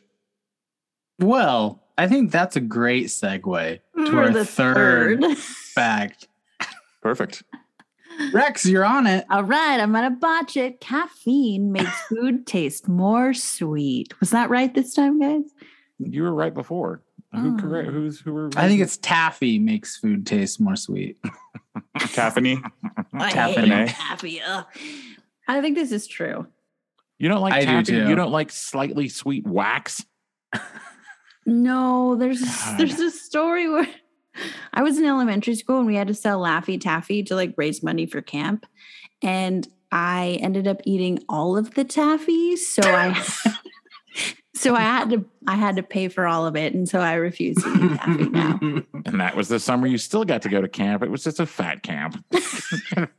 [SPEAKER 3] Well, I think that's a great segue to our third, fact.
[SPEAKER 5] Perfect.
[SPEAKER 3] Rex, you're on it.
[SPEAKER 4] All right, I'm gonna botch it. Caffeine makes food taste more sweet. Was that right this time, guys?
[SPEAKER 1] you were right before. Who
[SPEAKER 4] Oh.
[SPEAKER 1] correct? Who's who were?
[SPEAKER 3] I think it's taffy makes food taste more sweet. Mm,
[SPEAKER 5] Caffeine.
[SPEAKER 4] I
[SPEAKER 3] Taffy.
[SPEAKER 4] hate taffy. Ugh. I think this is true.
[SPEAKER 1] you don't like
[SPEAKER 3] I do
[SPEAKER 1] taffy.
[SPEAKER 3] too.
[SPEAKER 1] You don't like slightly sweet wax.
[SPEAKER 4] No, there's
[SPEAKER 1] God.
[SPEAKER 4] there's a story where I was in elementary school and we had to sell Laffy Taffy to like raise money for camp, and I ended up eating all of the taffy, so I so I had to I had to pay for all of it, and so I refuse to eat taffy now.
[SPEAKER 1] And that was the summer you still got to go to camp. It was just a fat camp.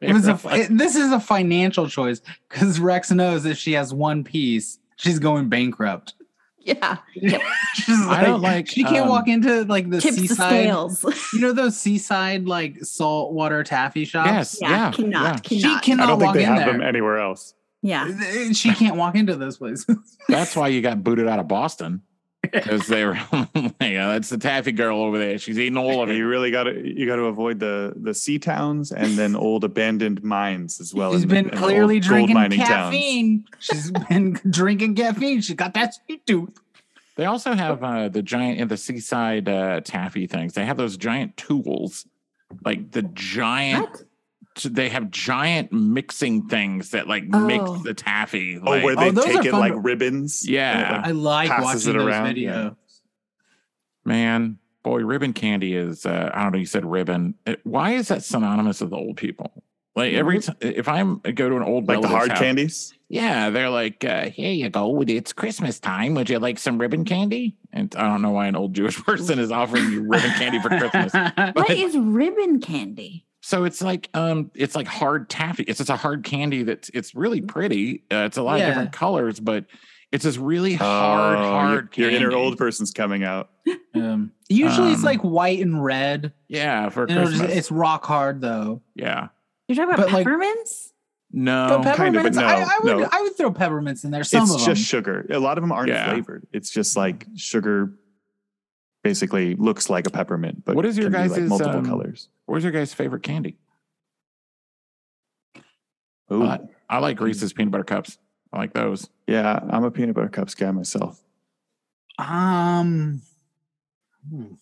[SPEAKER 3] It was a, it- this is a financial choice because Rex knows if she has one piece, she's going bankrupt.
[SPEAKER 4] Yeah,
[SPEAKER 3] She's
[SPEAKER 1] I don't like,
[SPEAKER 3] She can't
[SPEAKER 1] um,
[SPEAKER 3] walk into like the
[SPEAKER 4] tips the
[SPEAKER 3] seaside.
[SPEAKER 4] scales.
[SPEAKER 3] You know those seaside like saltwater taffy shops.
[SPEAKER 1] yes,
[SPEAKER 4] Yeah,
[SPEAKER 1] yeah,
[SPEAKER 4] cannot,
[SPEAKER 1] yeah.
[SPEAKER 4] cannot.
[SPEAKER 3] She cannot Ah. walk in there.
[SPEAKER 5] anywhere else.
[SPEAKER 4] yeah,
[SPEAKER 3] She can't walk into those places.
[SPEAKER 1] That's why you got booted out of Boston because they were. yeah, that's the taffy girl over there. She's eating all of it.
[SPEAKER 5] You really got to you got to avoid the the sea towns and then old abandoned mines as well.
[SPEAKER 3] She's
[SPEAKER 5] and the-
[SPEAKER 3] been
[SPEAKER 5] and the old
[SPEAKER 3] clearly
[SPEAKER 5] gold
[SPEAKER 3] drinking
[SPEAKER 5] mining towns.
[SPEAKER 3] caffeine. She's been drinking caffeine. She got that sweet tooth.
[SPEAKER 1] They also have uh, the giant in the seaside uh, taffy things. They have those giant tools, like the giant
[SPEAKER 4] What?
[SPEAKER 1] they have giant mixing things that like
[SPEAKER 4] Oh.
[SPEAKER 1] mix the taffy.
[SPEAKER 5] Oh,
[SPEAKER 1] Like,
[SPEAKER 5] where they
[SPEAKER 3] Oh, those
[SPEAKER 5] take
[SPEAKER 3] are
[SPEAKER 5] it
[SPEAKER 3] fun
[SPEAKER 5] like
[SPEAKER 3] to-
[SPEAKER 5] ribbons. uh,
[SPEAKER 1] Yeah.
[SPEAKER 3] I like
[SPEAKER 5] Passes
[SPEAKER 3] watching
[SPEAKER 5] it
[SPEAKER 3] those
[SPEAKER 5] around, yeah.
[SPEAKER 3] videos.
[SPEAKER 1] man, boy, ribbon candy is uh, I don't know. You said ribbon. It- why is that synonymous with old people? Like every time, if I'm I go to an old
[SPEAKER 5] Mm-hmm. Like the
[SPEAKER 1] relative's
[SPEAKER 5] hard
[SPEAKER 1] house-
[SPEAKER 5] candies.
[SPEAKER 1] yeah, they're like, uh, here you go. It's Christmas time. Would you like some ribbon candy? And I don't know why an old Jewish person is offering you ribbon candy for Christmas.
[SPEAKER 4] What
[SPEAKER 1] But-
[SPEAKER 4] is ribbon candy?
[SPEAKER 1] So it's like um, it's like hard taffy. It's just a hard candy that's it's really
[SPEAKER 4] Mm.
[SPEAKER 1] pretty. Uh, it's a lot
[SPEAKER 3] Yeah.
[SPEAKER 1] of different colors, but it's this really hard,
[SPEAKER 5] Oh, your-
[SPEAKER 1] hard.
[SPEAKER 5] Your inner
[SPEAKER 1] candy.
[SPEAKER 5] old person's coming out.
[SPEAKER 3] Um, usually it's
[SPEAKER 1] Um,
[SPEAKER 3] like white and red.
[SPEAKER 1] Yeah, for
[SPEAKER 3] And it'll just-
[SPEAKER 1] Christmas.
[SPEAKER 3] it's rock hard though.
[SPEAKER 1] yeah,
[SPEAKER 4] You're talking about
[SPEAKER 3] But, like-
[SPEAKER 4] peppermints?
[SPEAKER 1] no,
[SPEAKER 3] but
[SPEAKER 5] kind of, Um, but
[SPEAKER 3] peppermints,
[SPEAKER 5] no,
[SPEAKER 3] I, I would
[SPEAKER 5] no.
[SPEAKER 3] I would throw peppermints in there. Some
[SPEAKER 5] it's
[SPEAKER 3] of
[SPEAKER 5] just
[SPEAKER 3] them.
[SPEAKER 5] sugar. A lot of them aren't
[SPEAKER 1] Yeah.
[SPEAKER 5] flavored. It's just like sugar. Basically, looks like a peppermint, but
[SPEAKER 1] What is your
[SPEAKER 5] can be, like
[SPEAKER 1] guys'
[SPEAKER 5] multiple
[SPEAKER 1] um,
[SPEAKER 5] colors?
[SPEAKER 1] where's your guys' favorite candy?
[SPEAKER 5] Ooh,
[SPEAKER 1] uh, I
[SPEAKER 5] Mm.
[SPEAKER 1] like Reese's peanut butter cups. I like those.
[SPEAKER 5] yeah, I'm a peanut butter cups guy myself.
[SPEAKER 3] um, hmm.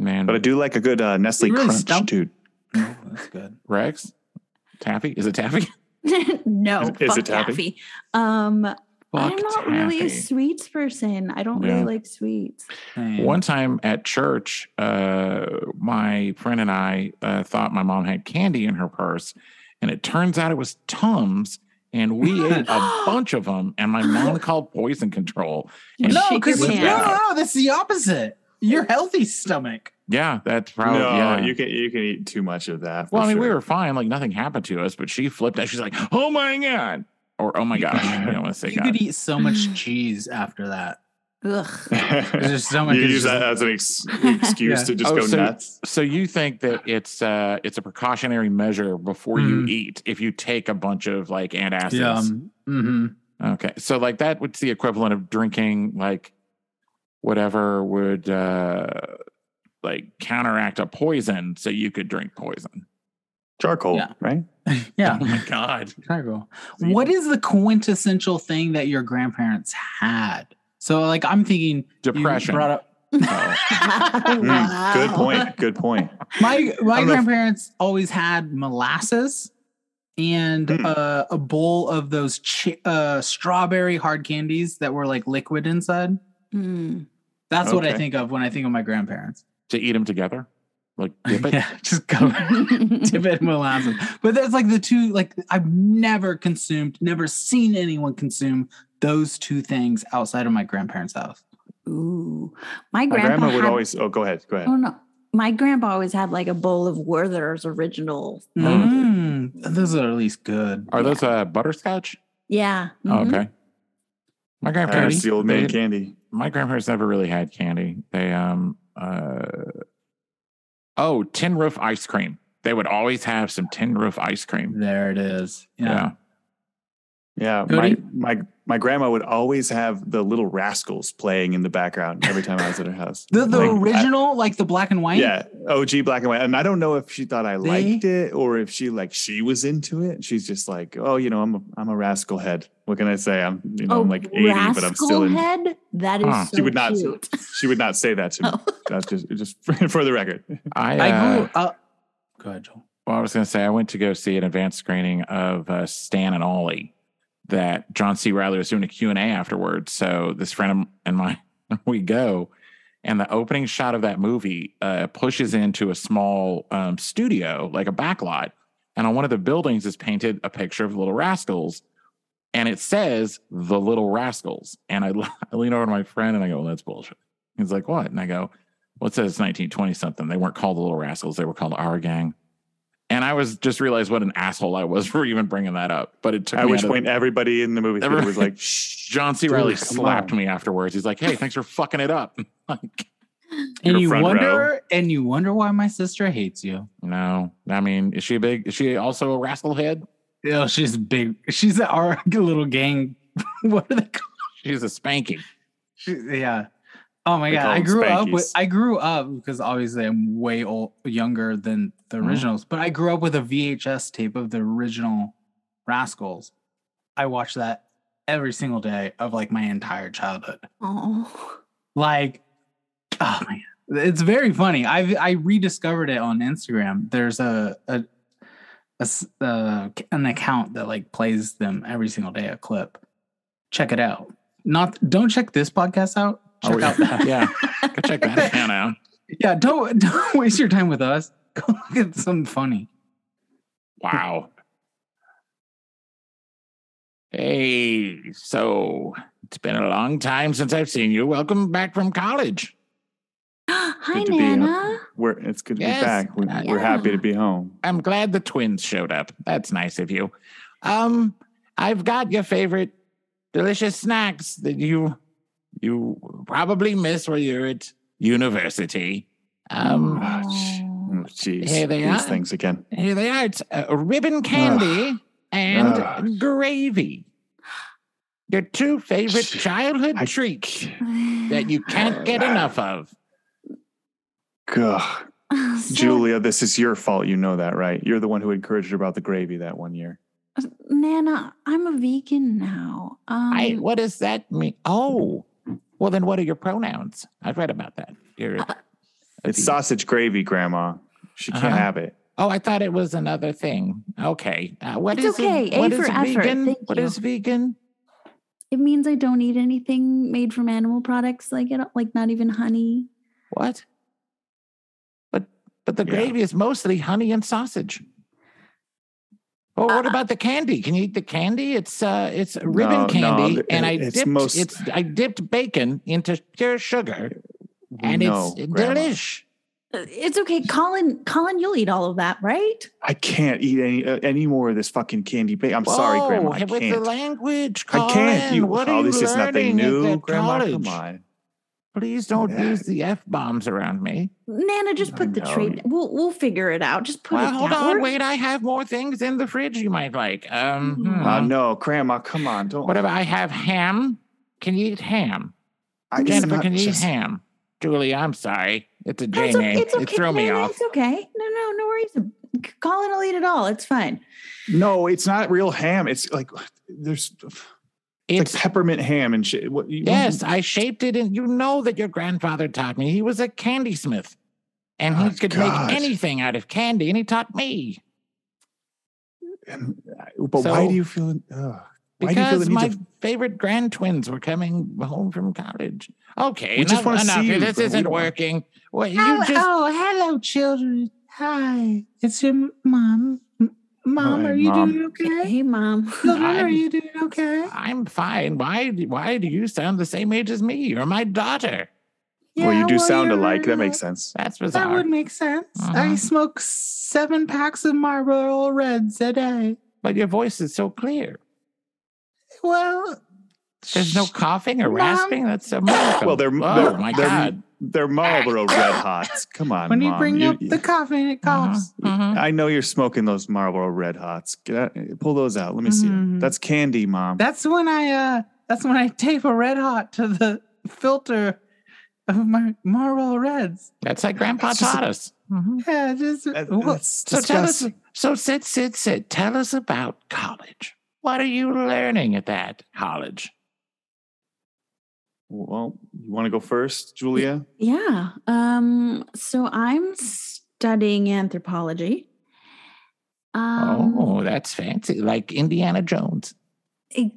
[SPEAKER 1] Man,
[SPEAKER 5] But I do like a good uh, Nestle
[SPEAKER 3] You really
[SPEAKER 5] Crunch,
[SPEAKER 3] stumped-
[SPEAKER 5] dude.
[SPEAKER 3] Oh, that's good.
[SPEAKER 1] Rex, taffy is it taffy?
[SPEAKER 4] no,
[SPEAKER 5] Is- is
[SPEAKER 4] fuck
[SPEAKER 5] it taffy?
[SPEAKER 4] Um,
[SPEAKER 1] Fuck
[SPEAKER 4] I'm not
[SPEAKER 1] taffy.
[SPEAKER 4] really a sweets person. I don't
[SPEAKER 1] Yeah.
[SPEAKER 4] really like sweets.
[SPEAKER 3] Same.
[SPEAKER 1] One time at church, uh, my friend and I uh, thought my mom had candy in her purse, and it turns out it was Tums, and we ate a bunch of them. And my mom called poison control. And
[SPEAKER 3] No,
[SPEAKER 4] Shake your
[SPEAKER 3] because no,
[SPEAKER 1] hand.
[SPEAKER 4] pants.
[SPEAKER 3] no, no, that's the opposite. Your healthy stomach.
[SPEAKER 1] Yeah, that's probably
[SPEAKER 5] no,
[SPEAKER 1] yeah.
[SPEAKER 5] you can you can eat too much of that. for
[SPEAKER 1] well, I mean, we
[SPEAKER 5] sure.
[SPEAKER 1] were fine; like nothing happened to us. But she flipped out. She's like, "Oh my god!" Or "Oh my gosh!" I don't want to say
[SPEAKER 3] You
[SPEAKER 1] god.
[SPEAKER 3] could e eat so much cheese after that.
[SPEAKER 4] Ugh.
[SPEAKER 3] There's just so much.
[SPEAKER 5] you
[SPEAKER 3] it's
[SPEAKER 5] use
[SPEAKER 3] just-
[SPEAKER 5] that as an ex- excuse
[SPEAKER 3] Yeah.
[SPEAKER 5] to just
[SPEAKER 1] Oh,
[SPEAKER 5] go
[SPEAKER 1] so-
[SPEAKER 5] nuts.
[SPEAKER 1] So you think that it's uh it's a precautionary measure before you
[SPEAKER 3] Mhm.
[SPEAKER 1] eat if you take a bunch of like antacids.
[SPEAKER 3] yeah. Um, hmm
[SPEAKER 1] Okay. So like that would the equivalent of drinking like whatever would uh like counteract a poison so you could drink poison.
[SPEAKER 5] Charcoal,
[SPEAKER 3] Yeah.
[SPEAKER 5] right?
[SPEAKER 3] Yeah.
[SPEAKER 1] Oh my god.
[SPEAKER 3] Triangle. What is the quintessential thing that your grandparents had? So, like, I'm thinking you
[SPEAKER 1] Depression.
[SPEAKER 3] brought up
[SPEAKER 1] Oh.
[SPEAKER 5] Mm,
[SPEAKER 4] Wow.
[SPEAKER 5] Good point. Good point.
[SPEAKER 3] my
[SPEAKER 5] I
[SPEAKER 3] my
[SPEAKER 5] don't know if-
[SPEAKER 3] grandparents always had molasses and
[SPEAKER 5] Hmm.
[SPEAKER 3] uh, a bowl of those chi- uh, strawberry hard candies that were like liquid inside.
[SPEAKER 4] Mm.
[SPEAKER 3] That's what I
[SPEAKER 5] Okay.
[SPEAKER 3] think of when I think of my grandparents.
[SPEAKER 1] to eat them together? Like dip it?
[SPEAKER 3] yeah, just go dip it in molasses. But that's like the two. Like I've never consumed, never seen anyone consume those two things outside of my grandparents' house.
[SPEAKER 4] Ooh. My
[SPEAKER 5] My
[SPEAKER 4] grandpa,
[SPEAKER 5] grandma would
[SPEAKER 4] had-
[SPEAKER 5] always. Oh, go ahead. Go ahead.
[SPEAKER 4] Oh no. My grandpa always had like a bowl of Werther's original.
[SPEAKER 5] Oh, Hmm.
[SPEAKER 3] Mm, those are at least good.
[SPEAKER 1] Are those uh butterscotch?
[SPEAKER 4] Yeah.
[SPEAKER 1] Oh,
[SPEAKER 3] Mm-hmm.
[SPEAKER 4] mhm.
[SPEAKER 1] okay. My grandparents
[SPEAKER 5] That's the old
[SPEAKER 1] they-
[SPEAKER 5] man candy.
[SPEAKER 1] my grandparents never really had candy. They um uh oh tin roof ice cream. They would always have some tin roof ice cream.
[SPEAKER 3] There it is.
[SPEAKER 1] Yeah.
[SPEAKER 5] Yeah, my,
[SPEAKER 3] Cody?
[SPEAKER 5] my my grandma would always have the little rascals playing in the background every time I was at her house.
[SPEAKER 3] The, the
[SPEAKER 5] Like, I-
[SPEAKER 3] original, like the black and white.
[SPEAKER 5] yeah, OG black and white. And I don't know if she thought I
[SPEAKER 3] They-
[SPEAKER 5] liked it or if she like she was into it. She's just like, oh, you know, I'm a, I'm a rascal head. What can I say? I'm you know
[SPEAKER 4] Oh,
[SPEAKER 5] I'm like 80, but I'm
[SPEAKER 4] rascal
[SPEAKER 5] still in.
[SPEAKER 4] head. That is
[SPEAKER 1] Huh.
[SPEAKER 4] so
[SPEAKER 5] She would not-
[SPEAKER 4] cute.
[SPEAKER 5] She would not say that to
[SPEAKER 4] Oh.
[SPEAKER 5] me. That's just just for the record.
[SPEAKER 1] I,
[SPEAKER 3] I
[SPEAKER 1] uh,
[SPEAKER 3] grew up. Go ahead, Joel.
[SPEAKER 1] well, I was going to say I went to go see an advanced screening of uh, Stan and Ollie that John C. Riley was doing a Q and A afterwards. So this friend of- and mine, we go, and the opening shot of that movie uh, pushes into a small um, studio, like a back lot, and on one of the buildings is painted a picture of Little Rascals, and it says The Little Rascals. And I, I lean over to my friend and I go, well, "That's bullshit." He's like, "What?" And I go, "Well, it says 1920 something. They weren't called the Little Rascals. They were called Our Gang." And I was just realized what an asshole I was for even bringing that up. But it took
[SPEAKER 5] At
[SPEAKER 1] me
[SPEAKER 5] which
[SPEAKER 1] out of-
[SPEAKER 5] point everybody in the movie theater was like, shh.
[SPEAKER 1] John C.
[SPEAKER 5] Dude,
[SPEAKER 1] Riley
[SPEAKER 5] come
[SPEAKER 1] slapped
[SPEAKER 5] on.
[SPEAKER 1] me afterwards. He's like, "Hey, thanks for fucking it up." like,
[SPEAKER 3] And
[SPEAKER 5] Your
[SPEAKER 3] you
[SPEAKER 5] front
[SPEAKER 3] wonder,
[SPEAKER 5] row.
[SPEAKER 3] and you wonder why my sister hates you.
[SPEAKER 1] no, I mean, is she a big? Is she also a rascal head?
[SPEAKER 3] Oh, she's big. She's our little gang. what are they called?
[SPEAKER 1] She's a spanky.
[SPEAKER 3] She, yeah. Oh my
[SPEAKER 5] They
[SPEAKER 3] god!
[SPEAKER 5] call
[SPEAKER 3] I
[SPEAKER 5] them
[SPEAKER 3] grew up with.
[SPEAKER 5] Spankies.
[SPEAKER 3] I grew up because obviously I'm way old, younger than the
[SPEAKER 1] Mhm.
[SPEAKER 5] Mm-hmm.
[SPEAKER 3] originals. But I grew up with a VHS tape of the original Rascals. I watched that every single day of like my entire childhood.
[SPEAKER 4] Oh.
[SPEAKER 3] Like, oh man, It's very funny. I I rediscovered it on Instagram. There's a a, a s- uh, an account that like plays them every single day a clip. Check it out. Not don't check this podcast out. Check
[SPEAKER 1] Oh,
[SPEAKER 3] out that.
[SPEAKER 1] yeah, go check that account out.
[SPEAKER 3] Yeah, don't don't waste your time with us. Go look at something funny.
[SPEAKER 1] Wow. Hey, so it's been a long time since I've seen you. Welcome back from college.
[SPEAKER 4] Hi,
[SPEAKER 5] Good to be here.
[SPEAKER 4] Nana.
[SPEAKER 5] We're, it's good to
[SPEAKER 1] Yes,
[SPEAKER 5] be back. We're,
[SPEAKER 1] uh,
[SPEAKER 5] we're happy
[SPEAKER 4] yeah.
[SPEAKER 5] to be home.
[SPEAKER 1] I'm glad the twins showed up. That's nice of you. Um, I've got your favorite delicious snacks that you you probably miss when you're at university. Um,
[SPEAKER 5] Ah, sh- Oh,
[SPEAKER 4] Oh.
[SPEAKER 5] jeez.
[SPEAKER 1] Here they
[SPEAKER 5] These
[SPEAKER 1] are.
[SPEAKER 5] things again.
[SPEAKER 1] Here they are. It's uh, ribbon candy and
[SPEAKER 5] Ugh.
[SPEAKER 1] gravy. Your two favorite
[SPEAKER 5] Sh-
[SPEAKER 1] childhood
[SPEAKER 5] I-
[SPEAKER 1] treats that you can't get enough of.
[SPEAKER 5] Gah.
[SPEAKER 4] So-
[SPEAKER 5] Julia, this is your fault. You know that, right? You're the one who encouraged her about the gravy that one year.
[SPEAKER 4] Nana, I'm a vegan now. Um,
[SPEAKER 1] I, what does that mean? Oh, well, then what are your pronouns? I've read about that. You're,
[SPEAKER 5] It's sausage gravy, Grandma. She can't
[SPEAKER 1] Uh-huh.
[SPEAKER 5] have it.
[SPEAKER 1] oh, I thought it was another thing. Okay. Uh, what
[SPEAKER 4] It's
[SPEAKER 1] is a-
[SPEAKER 4] okay. A
[SPEAKER 1] what
[SPEAKER 4] for
[SPEAKER 1] is
[SPEAKER 4] effort.
[SPEAKER 1] vegan?
[SPEAKER 4] Thank
[SPEAKER 1] What
[SPEAKER 4] you.
[SPEAKER 1] is vegan?
[SPEAKER 4] it means I don't eat anything made from animal products, like it, like not even honey.
[SPEAKER 1] What? But but the
[SPEAKER 5] Yeah.
[SPEAKER 1] gravy is mostly honey and sausage. Or what
[SPEAKER 4] Uh,
[SPEAKER 1] about the candy? Can you eat the candy? It's uh it's ribbon
[SPEAKER 5] No, no,
[SPEAKER 1] candy
[SPEAKER 5] th-
[SPEAKER 1] and I
[SPEAKER 5] it's
[SPEAKER 1] dipped
[SPEAKER 5] most-
[SPEAKER 1] it's I dipped bacon into pure sugar
[SPEAKER 5] We
[SPEAKER 1] and
[SPEAKER 5] know,
[SPEAKER 1] it's
[SPEAKER 5] Grandma.
[SPEAKER 1] delish.
[SPEAKER 4] Uh, It's okay, Colin. Colin, you'll eat all of that, right?
[SPEAKER 5] I can't eat any uh, any more of this fucking candy. Ba- I'm sorry, Grandma.
[SPEAKER 1] Whoa,
[SPEAKER 5] I
[SPEAKER 1] hit with the
[SPEAKER 5] can't.
[SPEAKER 1] language,
[SPEAKER 5] I can't.
[SPEAKER 1] Colin.
[SPEAKER 5] You,
[SPEAKER 1] what
[SPEAKER 5] oh,
[SPEAKER 1] are you
[SPEAKER 5] this is nothing
[SPEAKER 1] learning at
[SPEAKER 5] new,
[SPEAKER 1] that
[SPEAKER 5] Grandma.
[SPEAKER 1] college?
[SPEAKER 5] Come on.
[SPEAKER 1] Please don't
[SPEAKER 5] Yeah.
[SPEAKER 1] use the f bombs around me.
[SPEAKER 4] Nana, just
[SPEAKER 5] I
[SPEAKER 4] put the
[SPEAKER 5] know.
[SPEAKER 4] tray. We'll we'll figure it out. Just put
[SPEAKER 1] well,
[SPEAKER 4] it
[SPEAKER 1] hold
[SPEAKER 4] down.
[SPEAKER 1] on, wait. I have more things in the fridge you might like. Um,
[SPEAKER 4] Mm.
[SPEAKER 1] hmm.
[SPEAKER 5] Uh, no, Grandma, come on. Don't.
[SPEAKER 1] Whatever. I have ham. Can you eat ham?
[SPEAKER 5] I, it's
[SPEAKER 1] Jennifer,
[SPEAKER 5] not
[SPEAKER 1] can you
[SPEAKER 5] just-
[SPEAKER 1] eat ham? Julia, I'm sorry. It's a
[SPEAKER 4] No,
[SPEAKER 1] J
[SPEAKER 4] it's, o-
[SPEAKER 1] name.
[SPEAKER 4] it's okay.
[SPEAKER 1] It threw me
[SPEAKER 4] Nana,
[SPEAKER 1] off.
[SPEAKER 4] It's okay. No, no, no worries. C- Colin will eat it all. It's fine.
[SPEAKER 5] No, it's not real ham. It's like there's it's
[SPEAKER 1] It's,
[SPEAKER 5] like peppermint ham and shit. What, you,
[SPEAKER 1] yes, I shaped it, and you know that your grandfather taught me. He was a candy smith, and he
[SPEAKER 5] Oh,
[SPEAKER 1] could
[SPEAKER 5] God.
[SPEAKER 1] make anything out of candy, and he taught me
[SPEAKER 5] and- but why
[SPEAKER 1] So-
[SPEAKER 5] do you feel? Uh, Why do you feel the
[SPEAKER 1] because
[SPEAKER 5] need
[SPEAKER 1] my
[SPEAKER 5] to-
[SPEAKER 1] favorite grand twins were coming home from college. Okay,
[SPEAKER 5] We just
[SPEAKER 1] enough.
[SPEAKER 5] wanna see
[SPEAKER 1] enough.
[SPEAKER 5] you,
[SPEAKER 1] this
[SPEAKER 5] but we
[SPEAKER 1] isn't
[SPEAKER 5] don't-
[SPEAKER 1] working. Wait, you
[SPEAKER 3] How-
[SPEAKER 1] just
[SPEAKER 3] oh, hello, children. Hi, it's your mom. M- Mom,
[SPEAKER 5] Hi,
[SPEAKER 3] are you
[SPEAKER 5] Mom.
[SPEAKER 3] doing okay?
[SPEAKER 4] Hey, mom.
[SPEAKER 3] Children, are
[SPEAKER 1] I'm-
[SPEAKER 3] you doing okay?
[SPEAKER 1] I'm fine. Why? Why do you sound the same age as me? You're my daughter.
[SPEAKER 5] well, you do sound
[SPEAKER 3] you're-
[SPEAKER 5] alike. That makes sense.
[SPEAKER 1] That's
[SPEAKER 3] That
[SPEAKER 1] bizarre.
[SPEAKER 3] would make sense. I
[SPEAKER 1] Uh-huh.
[SPEAKER 3] smoke seven packs of Marlboro Reds a day.
[SPEAKER 1] But your voice is so clear.
[SPEAKER 3] Well,
[SPEAKER 1] There's no
[SPEAKER 3] sh-
[SPEAKER 1] coughing or
[SPEAKER 3] Mom.
[SPEAKER 1] rasping. That's a miracle.
[SPEAKER 5] Well, they're
[SPEAKER 1] oh
[SPEAKER 5] they're,
[SPEAKER 1] my
[SPEAKER 5] they're,
[SPEAKER 1] god.
[SPEAKER 5] they're Marlboro Red Hots. Come on, Uh-huh.
[SPEAKER 3] when you
[SPEAKER 5] Mom.
[SPEAKER 3] bring up the coffee, it coughs.
[SPEAKER 1] Mhm, mhm.
[SPEAKER 5] I know you're smoking those Marlboro Red Hots. Get out, pull those out. Let me see. 'em.
[SPEAKER 3] Mhm.
[SPEAKER 5] That's candy, Mom.
[SPEAKER 3] That's when I uh that's when I tape a red hot to the filter of my Marlboro Reds.
[SPEAKER 1] That's like Grandpa
[SPEAKER 5] That's just
[SPEAKER 1] taught us. Mhm.
[SPEAKER 3] Yeah, just
[SPEAKER 5] That-
[SPEAKER 3] what-
[SPEAKER 5] that's
[SPEAKER 1] So tell us.
[SPEAKER 5] disgusting.
[SPEAKER 1] So sit, sit, sit. Tell us about college. What are you learning at that college?
[SPEAKER 5] Well, you want to go first, Julia?
[SPEAKER 4] Yeah. Um, so I'm studying anthropology. Um,
[SPEAKER 1] oh, that's fancy, like Indiana Jones.
[SPEAKER 4] eh,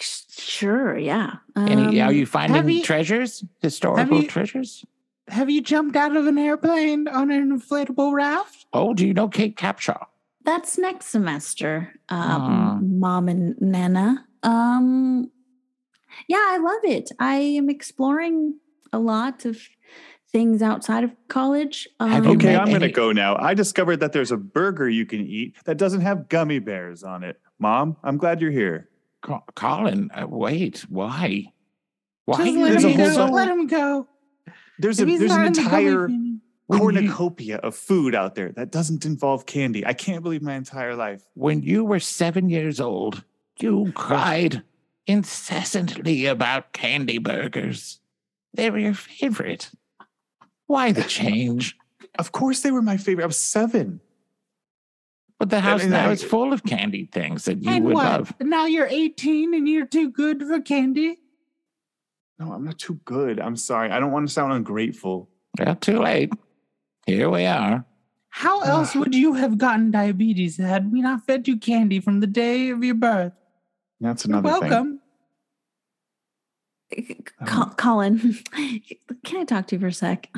[SPEAKER 4] sure. Yeah.
[SPEAKER 1] Any? are
[SPEAKER 4] Um,
[SPEAKER 1] you finding
[SPEAKER 3] you-
[SPEAKER 1] treasures? Historical
[SPEAKER 3] you-
[SPEAKER 1] treasures?
[SPEAKER 3] have you jumped out of an airplane on an inflatable raft?
[SPEAKER 1] Oh, do you know Kate Capshaw?
[SPEAKER 4] That's next semester,
[SPEAKER 1] Ah.
[SPEAKER 4] um, mom and Nana. Um, yeah, I love it. I am exploring a lot of things outside of college. Um,
[SPEAKER 1] Have you
[SPEAKER 5] Okay,
[SPEAKER 1] met
[SPEAKER 5] I'm going to
[SPEAKER 1] any-
[SPEAKER 5] go now. I discovered that there's a burger you can eat that doesn't have gummy bears on it. Mom, I'm glad you're here.
[SPEAKER 1] Co- Colin, uh, wait, why? Why
[SPEAKER 3] Just
[SPEAKER 1] are
[SPEAKER 3] let
[SPEAKER 5] There's
[SPEAKER 1] you
[SPEAKER 3] him
[SPEAKER 5] a whole
[SPEAKER 3] go.
[SPEAKER 1] so-
[SPEAKER 5] lot-
[SPEAKER 3] let him go.
[SPEAKER 5] There's a
[SPEAKER 3] If he's
[SPEAKER 5] there's an
[SPEAKER 3] not in the gummy
[SPEAKER 5] entire
[SPEAKER 3] family.
[SPEAKER 1] When you-
[SPEAKER 5] cornucopia of food out there that doesn't involve candy. I can't believe my entire life.
[SPEAKER 1] when you were seven years old, you cried incessantly about candy burgers. They were your favorite. Why the change?
[SPEAKER 5] Of course, they were my favorite. I was seven.
[SPEAKER 1] But the house
[SPEAKER 5] mean,
[SPEAKER 1] now
[SPEAKER 5] I-
[SPEAKER 1] is full of candy things that you
[SPEAKER 3] and
[SPEAKER 1] would
[SPEAKER 3] what?
[SPEAKER 1] love.
[SPEAKER 3] Now you're 18 and you're too good for candy.
[SPEAKER 5] No, I'm not too good. I'm sorry. I don't want to sound ungrateful.
[SPEAKER 1] Well, too late. Here we are.
[SPEAKER 3] How
[SPEAKER 5] Ah.
[SPEAKER 3] else would you have gotten diabetes had we not fed you candy from the day of your birth?
[SPEAKER 5] That's
[SPEAKER 3] You're
[SPEAKER 5] another thing.
[SPEAKER 3] welcome.
[SPEAKER 4] Col-
[SPEAKER 1] Uh-huh.
[SPEAKER 4] Colin, can I talk to you for a sec?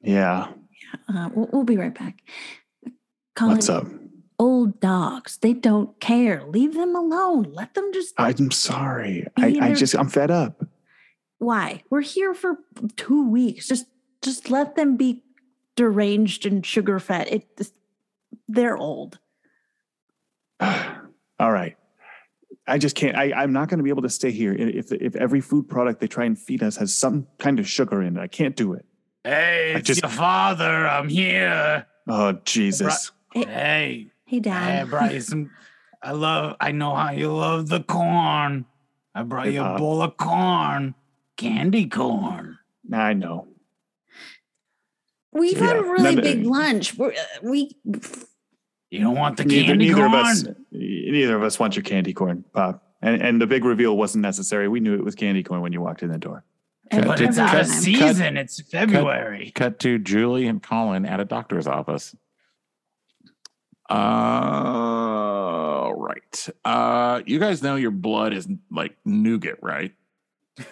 [SPEAKER 5] Yeah.
[SPEAKER 4] Uh, we'll, we'll be right back.
[SPEAKER 3] Um,
[SPEAKER 4] Colin,
[SPEAKER 5] What's up?
[SPEAKER 4] old dogs, they don't care. Leave them alone. Let them just.
[SPEAKER 1] Uh
[SPEAKER 5] I'm sorry.
[SPEAKER 4] Be
[SPEAKER 5] I, I
[SPEAKER 4] there.
[SPEAKER 5] just I'm fed up.
[SPEAKER 4] why? We're here for two weeks. Just, just let them be deranged and sugar fed. It, they're old.
[SPEAKER 5] All right. I just can't. I, I'm not going to be able to stay here I- if if every food product they try and feed us has some kind of sugar in it. I can't do it.
[SPEAKER 3] Hey,
[SPEAKER 5] I
[SPEAKER 3] it's
[SPEAKER 5] just-
[SPEAKER 3] your father. I'm here.
[SPEAKER 5] Oh Jesus!
[SPEAKER 3] Hey,
[SPEAKER 4] Hey,
[SPEAKER 3] hey, I
[SPEAKER 4] Dad.
[SPEAKER 3] brought you some. I love. I know how you love the corn. I brought
[SPEAKER 5] Hey,
[SPEAKER 3] you a
[SPEAKER 5] Pop.
[SPEAKER 3] bowl of corn, candy corn.
[SPEAKER 5] I know.
[SPEAKER 4] We've had a
[SPEAKER 5] Yeah.
[SPEAKER 4] really
[SPEAKER 5] None-
[SPEAKER 4] big lunch. We're, uh, we,
[SPEAKER 3] You don't want the
[SPEAKER 5] Neither,
[SPEAKER 3] candy
[SPEAKER 5] neither
[SPEAKER 3] corn.
[SPEAKER 5] of us. Neither of us want your candy corn, Pop. And and the big reveal wasn't necessary. We knew it was candy corn when you walked in the door.
[SPEAKER 4] every
[SPEAKER 3] But it's out
[SPEAKER 4] time.
[SPEAKER 3] of season. it's February.
[SPEAKER 1] Cut to Julie and Colin at a doctor's office. Uh, right. Uh, you guys know your blood is like nougat, right?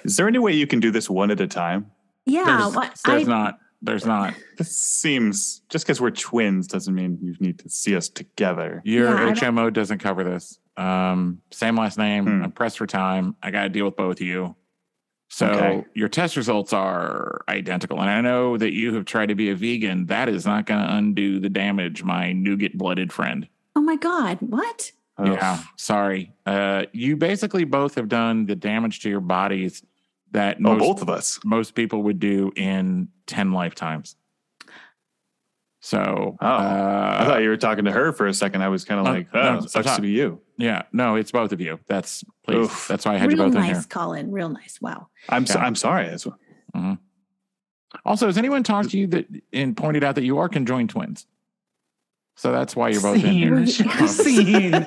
[SPEAKER 5] Is there any way you can do this one at a time?
[SPEAKER 4] Yeah,
[SPEAKER 1] there's,
[SPEAKER 4] why- I,
[SPEAKER 1] there's not. There's not.
[SPEAKER 5] This seems just because we're twins doesn't mean you need to see us together.
[SPEAKER 1] Your
[SPEAKER 4] Yeah, I don't-
[SPEAKER 1] HMO doesn't cover this. Um, same last name.
[SPEAKER 5] Hmm.
[SPEAKER 1] I'm pressed for time. I got to deal with both of you. So
[SPEAKER 5] Okay.
[SPEAKER 1] your test results are identical, and I know that you have tried to be a vegan. That is not going to undo the damage, my nougat blooded friend.
[SPEAKER 4] oh my God, what?
[SPEAKER 5] Oh,
[SPEAKER 1] Yeah, sorry. Uh, you basically both have done the damage to your bodies that
[SPEAKER 5] Oh,
[SPEAKER 1] most
[SPEAKER 5] both of us.
[SPEAKER 1] most people would do in ten lifetimes. So,
[SPEAKER 5] Oh.
[SPEAKER 1] uh,
[SPEAKER 5] I thought you were talking to her for a second. I was kind of
[SPEAKER 1] Uh,
[SPEAKER 5] like,
[SPEAKER 1] no,
[SPEAKER 5] oh,
[SPEAKER 1] I'm
[SPEAKER 5] sucks
[SPEAKER 1] sorry.
[SPEAKER 5] to be you.
[SPEAKER 1] Yeah, no, it's both of you. That's please.
[SPEAKER 5] Oof.
[SPEAKER 1] That's why I had you
[SPEAKER 4] Real
[SPEAKER 1] both in
[SPEAKER 4] nice,
[SPEAKER 1] here.
[SPEAKER 4] Colin. Real nice. Wow.
[SPEAKER 5] I'm so,
[SPEAKER 1] Yeah.
[SPEAKER 5] I'm sorry. That's what,
[SPEAKER 1] Also, has anyone talked to you that and pointed out that you are conjoined twins? So that's why you're both in here.
[SPEAKER 4] We're-
[SPEAKER 3] Scene. Scene.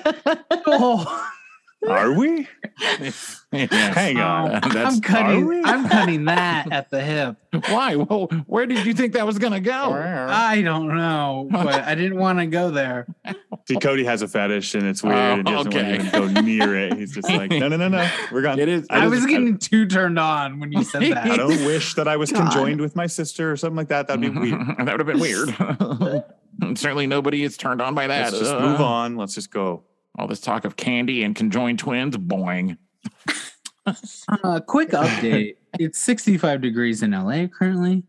[SPEAKER 3] Oh,
[SPEAKER 5] are we?
[SPEAKER 1] Yes.
[SPEAKER 5] Hang on.
[SPEAKER 1] that's-
[SPEAKER 3] I'm
[SPEAKER 5] are we?
[SPEAKER 3] cutting. I'm cutting that at the hip.
[SPEAKER 1] Why? Well, where did you think that was gonna go?
[SPEAKER 3] I don't know, but I didn't want to go there.
[SPEAKER 5] See, Cody has a fetish and it's
[SPEAKER 1] Oh,
[SPEAKER 5] weird and doesn't
[SPEAKER 1] okay.
[SPEAKER 5] want to even go near it. He's just like, no, no, no, no. We're gone.
[SPEAKER 1] It is.
[SPEAKER 5] I
[SPEAKER 3] I,
[SPEAKER 5] just-
[SPEAKER 3] was getting too turned on when you said
[SPEAKER 5] I
[SPEAKER 3] that.
[SPEAKER 5] don't wish that I was
[SPEAKER 4] God.
[SPEAKER 5] conjoined with my sister or something like that. That'd be
[SPEAKER 1] Mm-hmm.
[SPEAKER 5] weird.
[SPEAKER 1] that would have been weird. Certainly, nobody is turned on by that.
[SPEAKER 5] Let's just
[SPEAKER 1] Uh,
[SPEAKER 5] move on. Let's just go.
[SPEAKER 1] All this talk of candy and conjoined twins, boing.
[SPEAKER 3] Uh, quick update. it's 65 degrees in LA currently.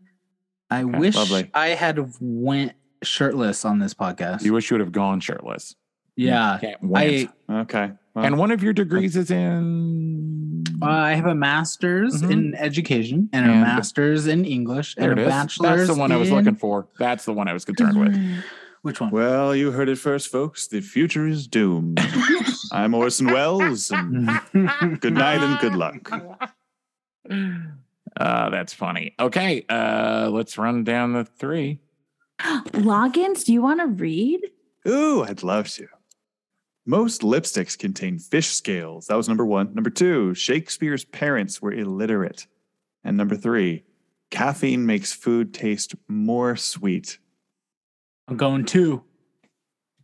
[SPEAKER 3] I
[SPEAKER 1] Okay,
[SPEAKER 3] wish
[SPEAKER 5] lovely.
[SPEAKER 3] I had have went shirtless on this podcast.
[SPEAKER 1] You wish you would have gone shirtless.
[SPEAKER 3] yeah.
[SPEAKER 1] Can't
[SPEAKER 3] I
[SPEAKER 1] wait. Uh,
[SPEAKER 5] Okay. Well,
[SPEAKER 1] and one of your degrees is in.
[SPEAKER 3] uh, I have a master's
[SPEAKER 1] Mhm.
[SPEAKER 3] in education and, a
[SPEAKER 1] And-
[SPEAKER 3] master's in English
[SPEAKER 1] There
[SPEAKER 3] and
[SPEAKER 1] it
[SPEAKER 3] a
[SPEAKER 1] is.
[SPEAKER 3] bachelor's.
[SPEAKER 1] That's the one I was
[SPEAKER 3] in-
[SPEAKER 1] looking for. That's the one I was concerned with.
[SPEAKER 3] Which one?
[SPEAKER 5] well, you heard it first, folks. The future is doomed. I'm Orson Welles. And good night and good luck.
[SPEAKER 1] Uh, that's funny. Okay, uh, let's run down the three.
[SPEAKER 4] Logins, do you want to read?
[SPEAKER 5] Ooh, I'd love to. Most lipsticks contain fish scales. That was number one. Number two, Shakespeare's parents were illiterate. And number three, caffeine makes food taste more sweet.
[SPEAKER 3] I'm going two.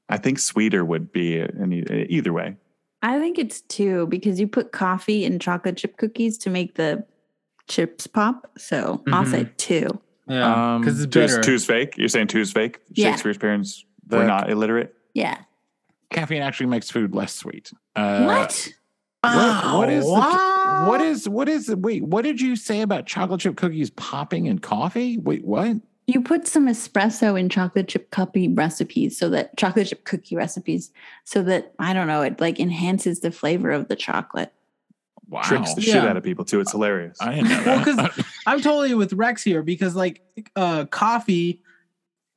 [SPEAKER 5] I think sweeter would be any, either way.
[SPEAKER 4] I think it's two because you put coffee and chocolate chip cookies to make the chips pop. So I'll say two.
[SPEAKER 3] Yeah.
[SPEAKER 1] Um,
[SPEAKER 3] Because it's
[SPEAKER 5] Two's,
[SPEAKER 3] bitter.
[SPEAKER 5] two's fake. You're saying two's fake?
[SPEAKER 4] Yeah.
[SPEAKER 5] Shakespeare's parents
[SPEAKER 1] The
[SPEAKER 5] were not illiterate?
[SPEAKER 4] Yeah.
[SPEAKER 1] caffeine actually makes food less sweet. Uh,
[SPEAKER 4] what?
[SPEAKER 1] what- what is the-
[SPEAKER 3] what?
[SPEAKER 1] What is what is wait? What did you say about chocolate chip cookies popping in coffee? Wait, what?
[SPEAKER 4] You put some espresso in chocolate chip cookie recipes so that chocolate chip cookie recipes so that I don't know, it like enhances the flavor of the chocolate.
[SPEAKER 1] Wow,
[SPEAKER 5] Tricks the
[SPEAKER 3] Yeah.
[SPEAKER 5] shit out of people, too. It's hilarious.
[SPEAKER 1] I didn't know
[SPEAKER 3] Well,
[SPEAKER 1] that.
[SPEAKER 3] 'cause- I'm totally with Rex here because like uh coffee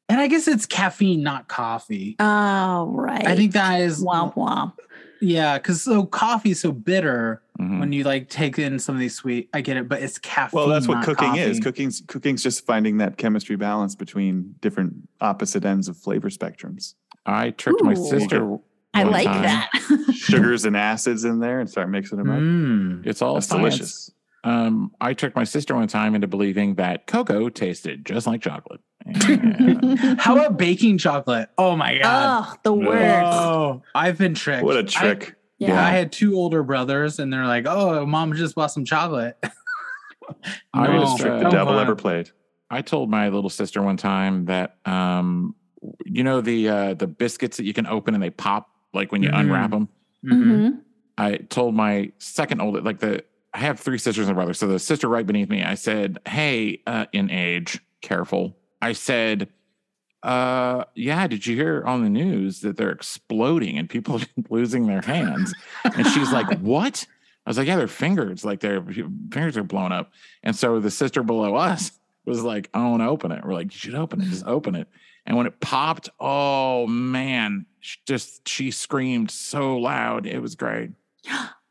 [SPEAKER 3] and I guess it's caffeine, not coffee.
[SPEAKER 4] Oh, right.
[SPEAKER 3] I think that is
[SPEAKER 4] womp womp.
[SPEAKER 3] yeah, because so coffee's so bitter
[SPEAKER 1] Mhm.
[SPEAKER 3] when you like take in some of these sweet. I get it, but it's caffeine.
[SPEAKER 5] well, that's what
[SPEAKER 3] not
[SPEAKER 5] cooking is.
[SPEAKER 3] uh, coffee.
[SPEAKER 5] Cooking's cooking's just finding that chemistry balance between different opposite ends of flavor spectrums.
[SPEAKER 1] I tricked my
[SPEAKER 4] Ooh.
[SPEAKER 1] sister.
[SPEAKER 4] I
[SPEAKER 1] one
[SPEAKER 4] like
[SPEAKER 1] time.
[SPEAKER 4] that.
[SPEAKER 5] sugars and acids in there and start mixing them up.
[SPEAKER 3] Mm.
[SPEAKER 1] It's all
[SPEAKER 5] That's
[SPEAKER 1] science.
[SPEAKER 5] delicious.
[SPEAKER 1] Um, I tricked my sister one time into believing that cocoa tasted just like chocolate. And-
[SPEAKER 3] How about baking chocolate? Oh my god.
[SPEAKER 4] oh, the
[SPEAKER 1] Yeah.
[SPEAKER 4] worst.
[SPEAKER 3] Oh, I've been tricked.
[SPEAKER 5] What a
[SPEAKER 3] I-
[SPEAKER 5] trick.
[SPEAKER 4] yeah.
[SPEAKER 1] Yeah.
[SPEAKER 3] I had two older brothers, and they're like, "Oh, mom just bought some chocolate."
[SPEAKER 1] I
[SPEAKER 5] I
[SPEAKER 1] No,
[SPEAKER 5] was
[SPEAKER 1] was,
[SPEAKER 5] trick
[SPEAKER 1] uh,
[SPEAKER 5] the
[SPEAKER 1] no
[SPEAKER 5] devil
[SPEAKER 3] fun.
[SPEAKER 5] ever played.
[SPEAKER 1] I told my little sister one time that um, you know the uh, the biscuits that you can open and they pop like when you
[SPEAKER 3] Mhm.
[SPEAKER 1] unwrap them.
[SPEAKER 3] Mhm.
[SPEAKER 4] Mhm.
[SPEAKER 1] I told my second older, like the I have three sisters and a brother. So the sister right beneath me, I said, "Hey, uh, in age, careful." I said, "Uh, yeah, did you hear on the news that they're exploding and people are losing their hands?" And she's like, "What?" I was like, "Yeah, their fingers, like their fingers are blown up." And so the sister below us was like, "I want to open it." We're like, "You should open it. Just open it." And when it popped, oh man, she just she screamed so loud. It was great.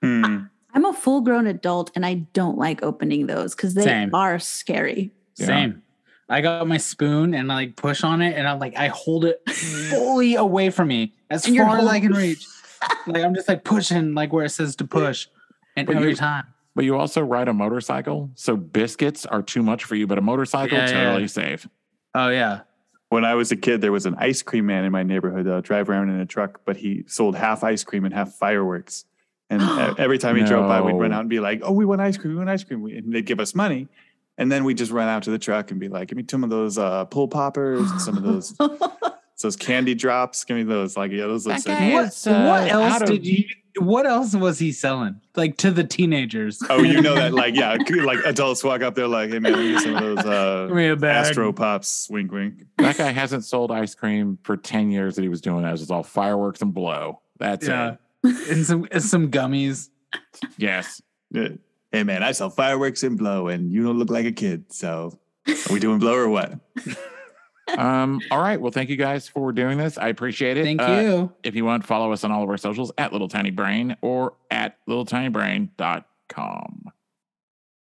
[SPEAKER 5] Hmm.
[SPEAKER 4] I'm a full grown adult and I don't like opening those because they
[SPEAKER 3] Same.
[SPEAKER 4] are scary.
[SPEAKER 1] Yeah.
[SPEAKER 3] Same. I got my spoon and I like push on it, and I'm like, I hold it fully away from me as
[SPEAKER 4] And you're
[SPEAKER 3] far as I
[SPEAKER 4] holding-
[SPEAKER 3] can reach. like I'm just like pushing, like where it says to push, and
[SPEAKER 1] But you-
[SPEAKER 3] every time.
[SPEAKER 1] But you also ride a motorcycle, so biscuits are too much for you. But a motorcycle,
[SPEAKER 3] Yeah, yeah.
[SPEAKER 1] totally safe.
[SPEAKER 3] Oh yeah.
[SPEAKER 5] When I was a kid, there was an ice cream man in my neighborhood that would drive around in a truck, but he sold half ice cream and half fireworks. And e- every time he drove by, we'd run
[SPEAKER 1] No.
[SPEAKER 5] out and be like, oh, we want ice cream, we want ice cream. And they'd give us money. And then we'd just run out to the truck and be like, give me some of those uh, pull poppers, and some of those those candy drops, give me those. Like, yeah, those look
[SPEAKER 1] Okay.
[SPEAKER 5] sick.
[SPEAKER 3] What,
[SPEAKER 1] It's, uh,
[SPEAKER 3] what else
[SPEAKER 1] out of-
[SPEAKER 3] did you? What else was he selling? Like to the teenagers?
[SPEAKER 5] Oh, you know that, like, yeah, like adults walk up there, like, hey, man, we need some of those
[SPEAKER 3] Give
[SPEAKER 5] uh,
[SPEAKER 3] me a bag.
[SPEAKER 5] Astro Pops, wink, wink.
[SPEAKER 1] That guy hasn't sold ice cream for ten years that he was doing that. It was all fireworks and blow. That's
[SPEAKER 3] yeah.
[SPEAKER 1] it.
[SPEAKER 3] and some and some gummies.
[SPEAKER 1] Yes.
[SPEAKER 5] Yeah. Hey man, I sell fireworks and blow, and you don't look like a kid. So, are we doing blow or what?
[SPEAKER 1] Um. all right. Well, thank you guys for doing this. I appreciate it.
[SPEAKER 3] Thank
[SPEAKER 1] Uh,
[SPEAKER 3] you.
[SPEAKER 1] If you want, follow us on all of our socials at Little Tiny Brain or at LittleTinyBrain.com.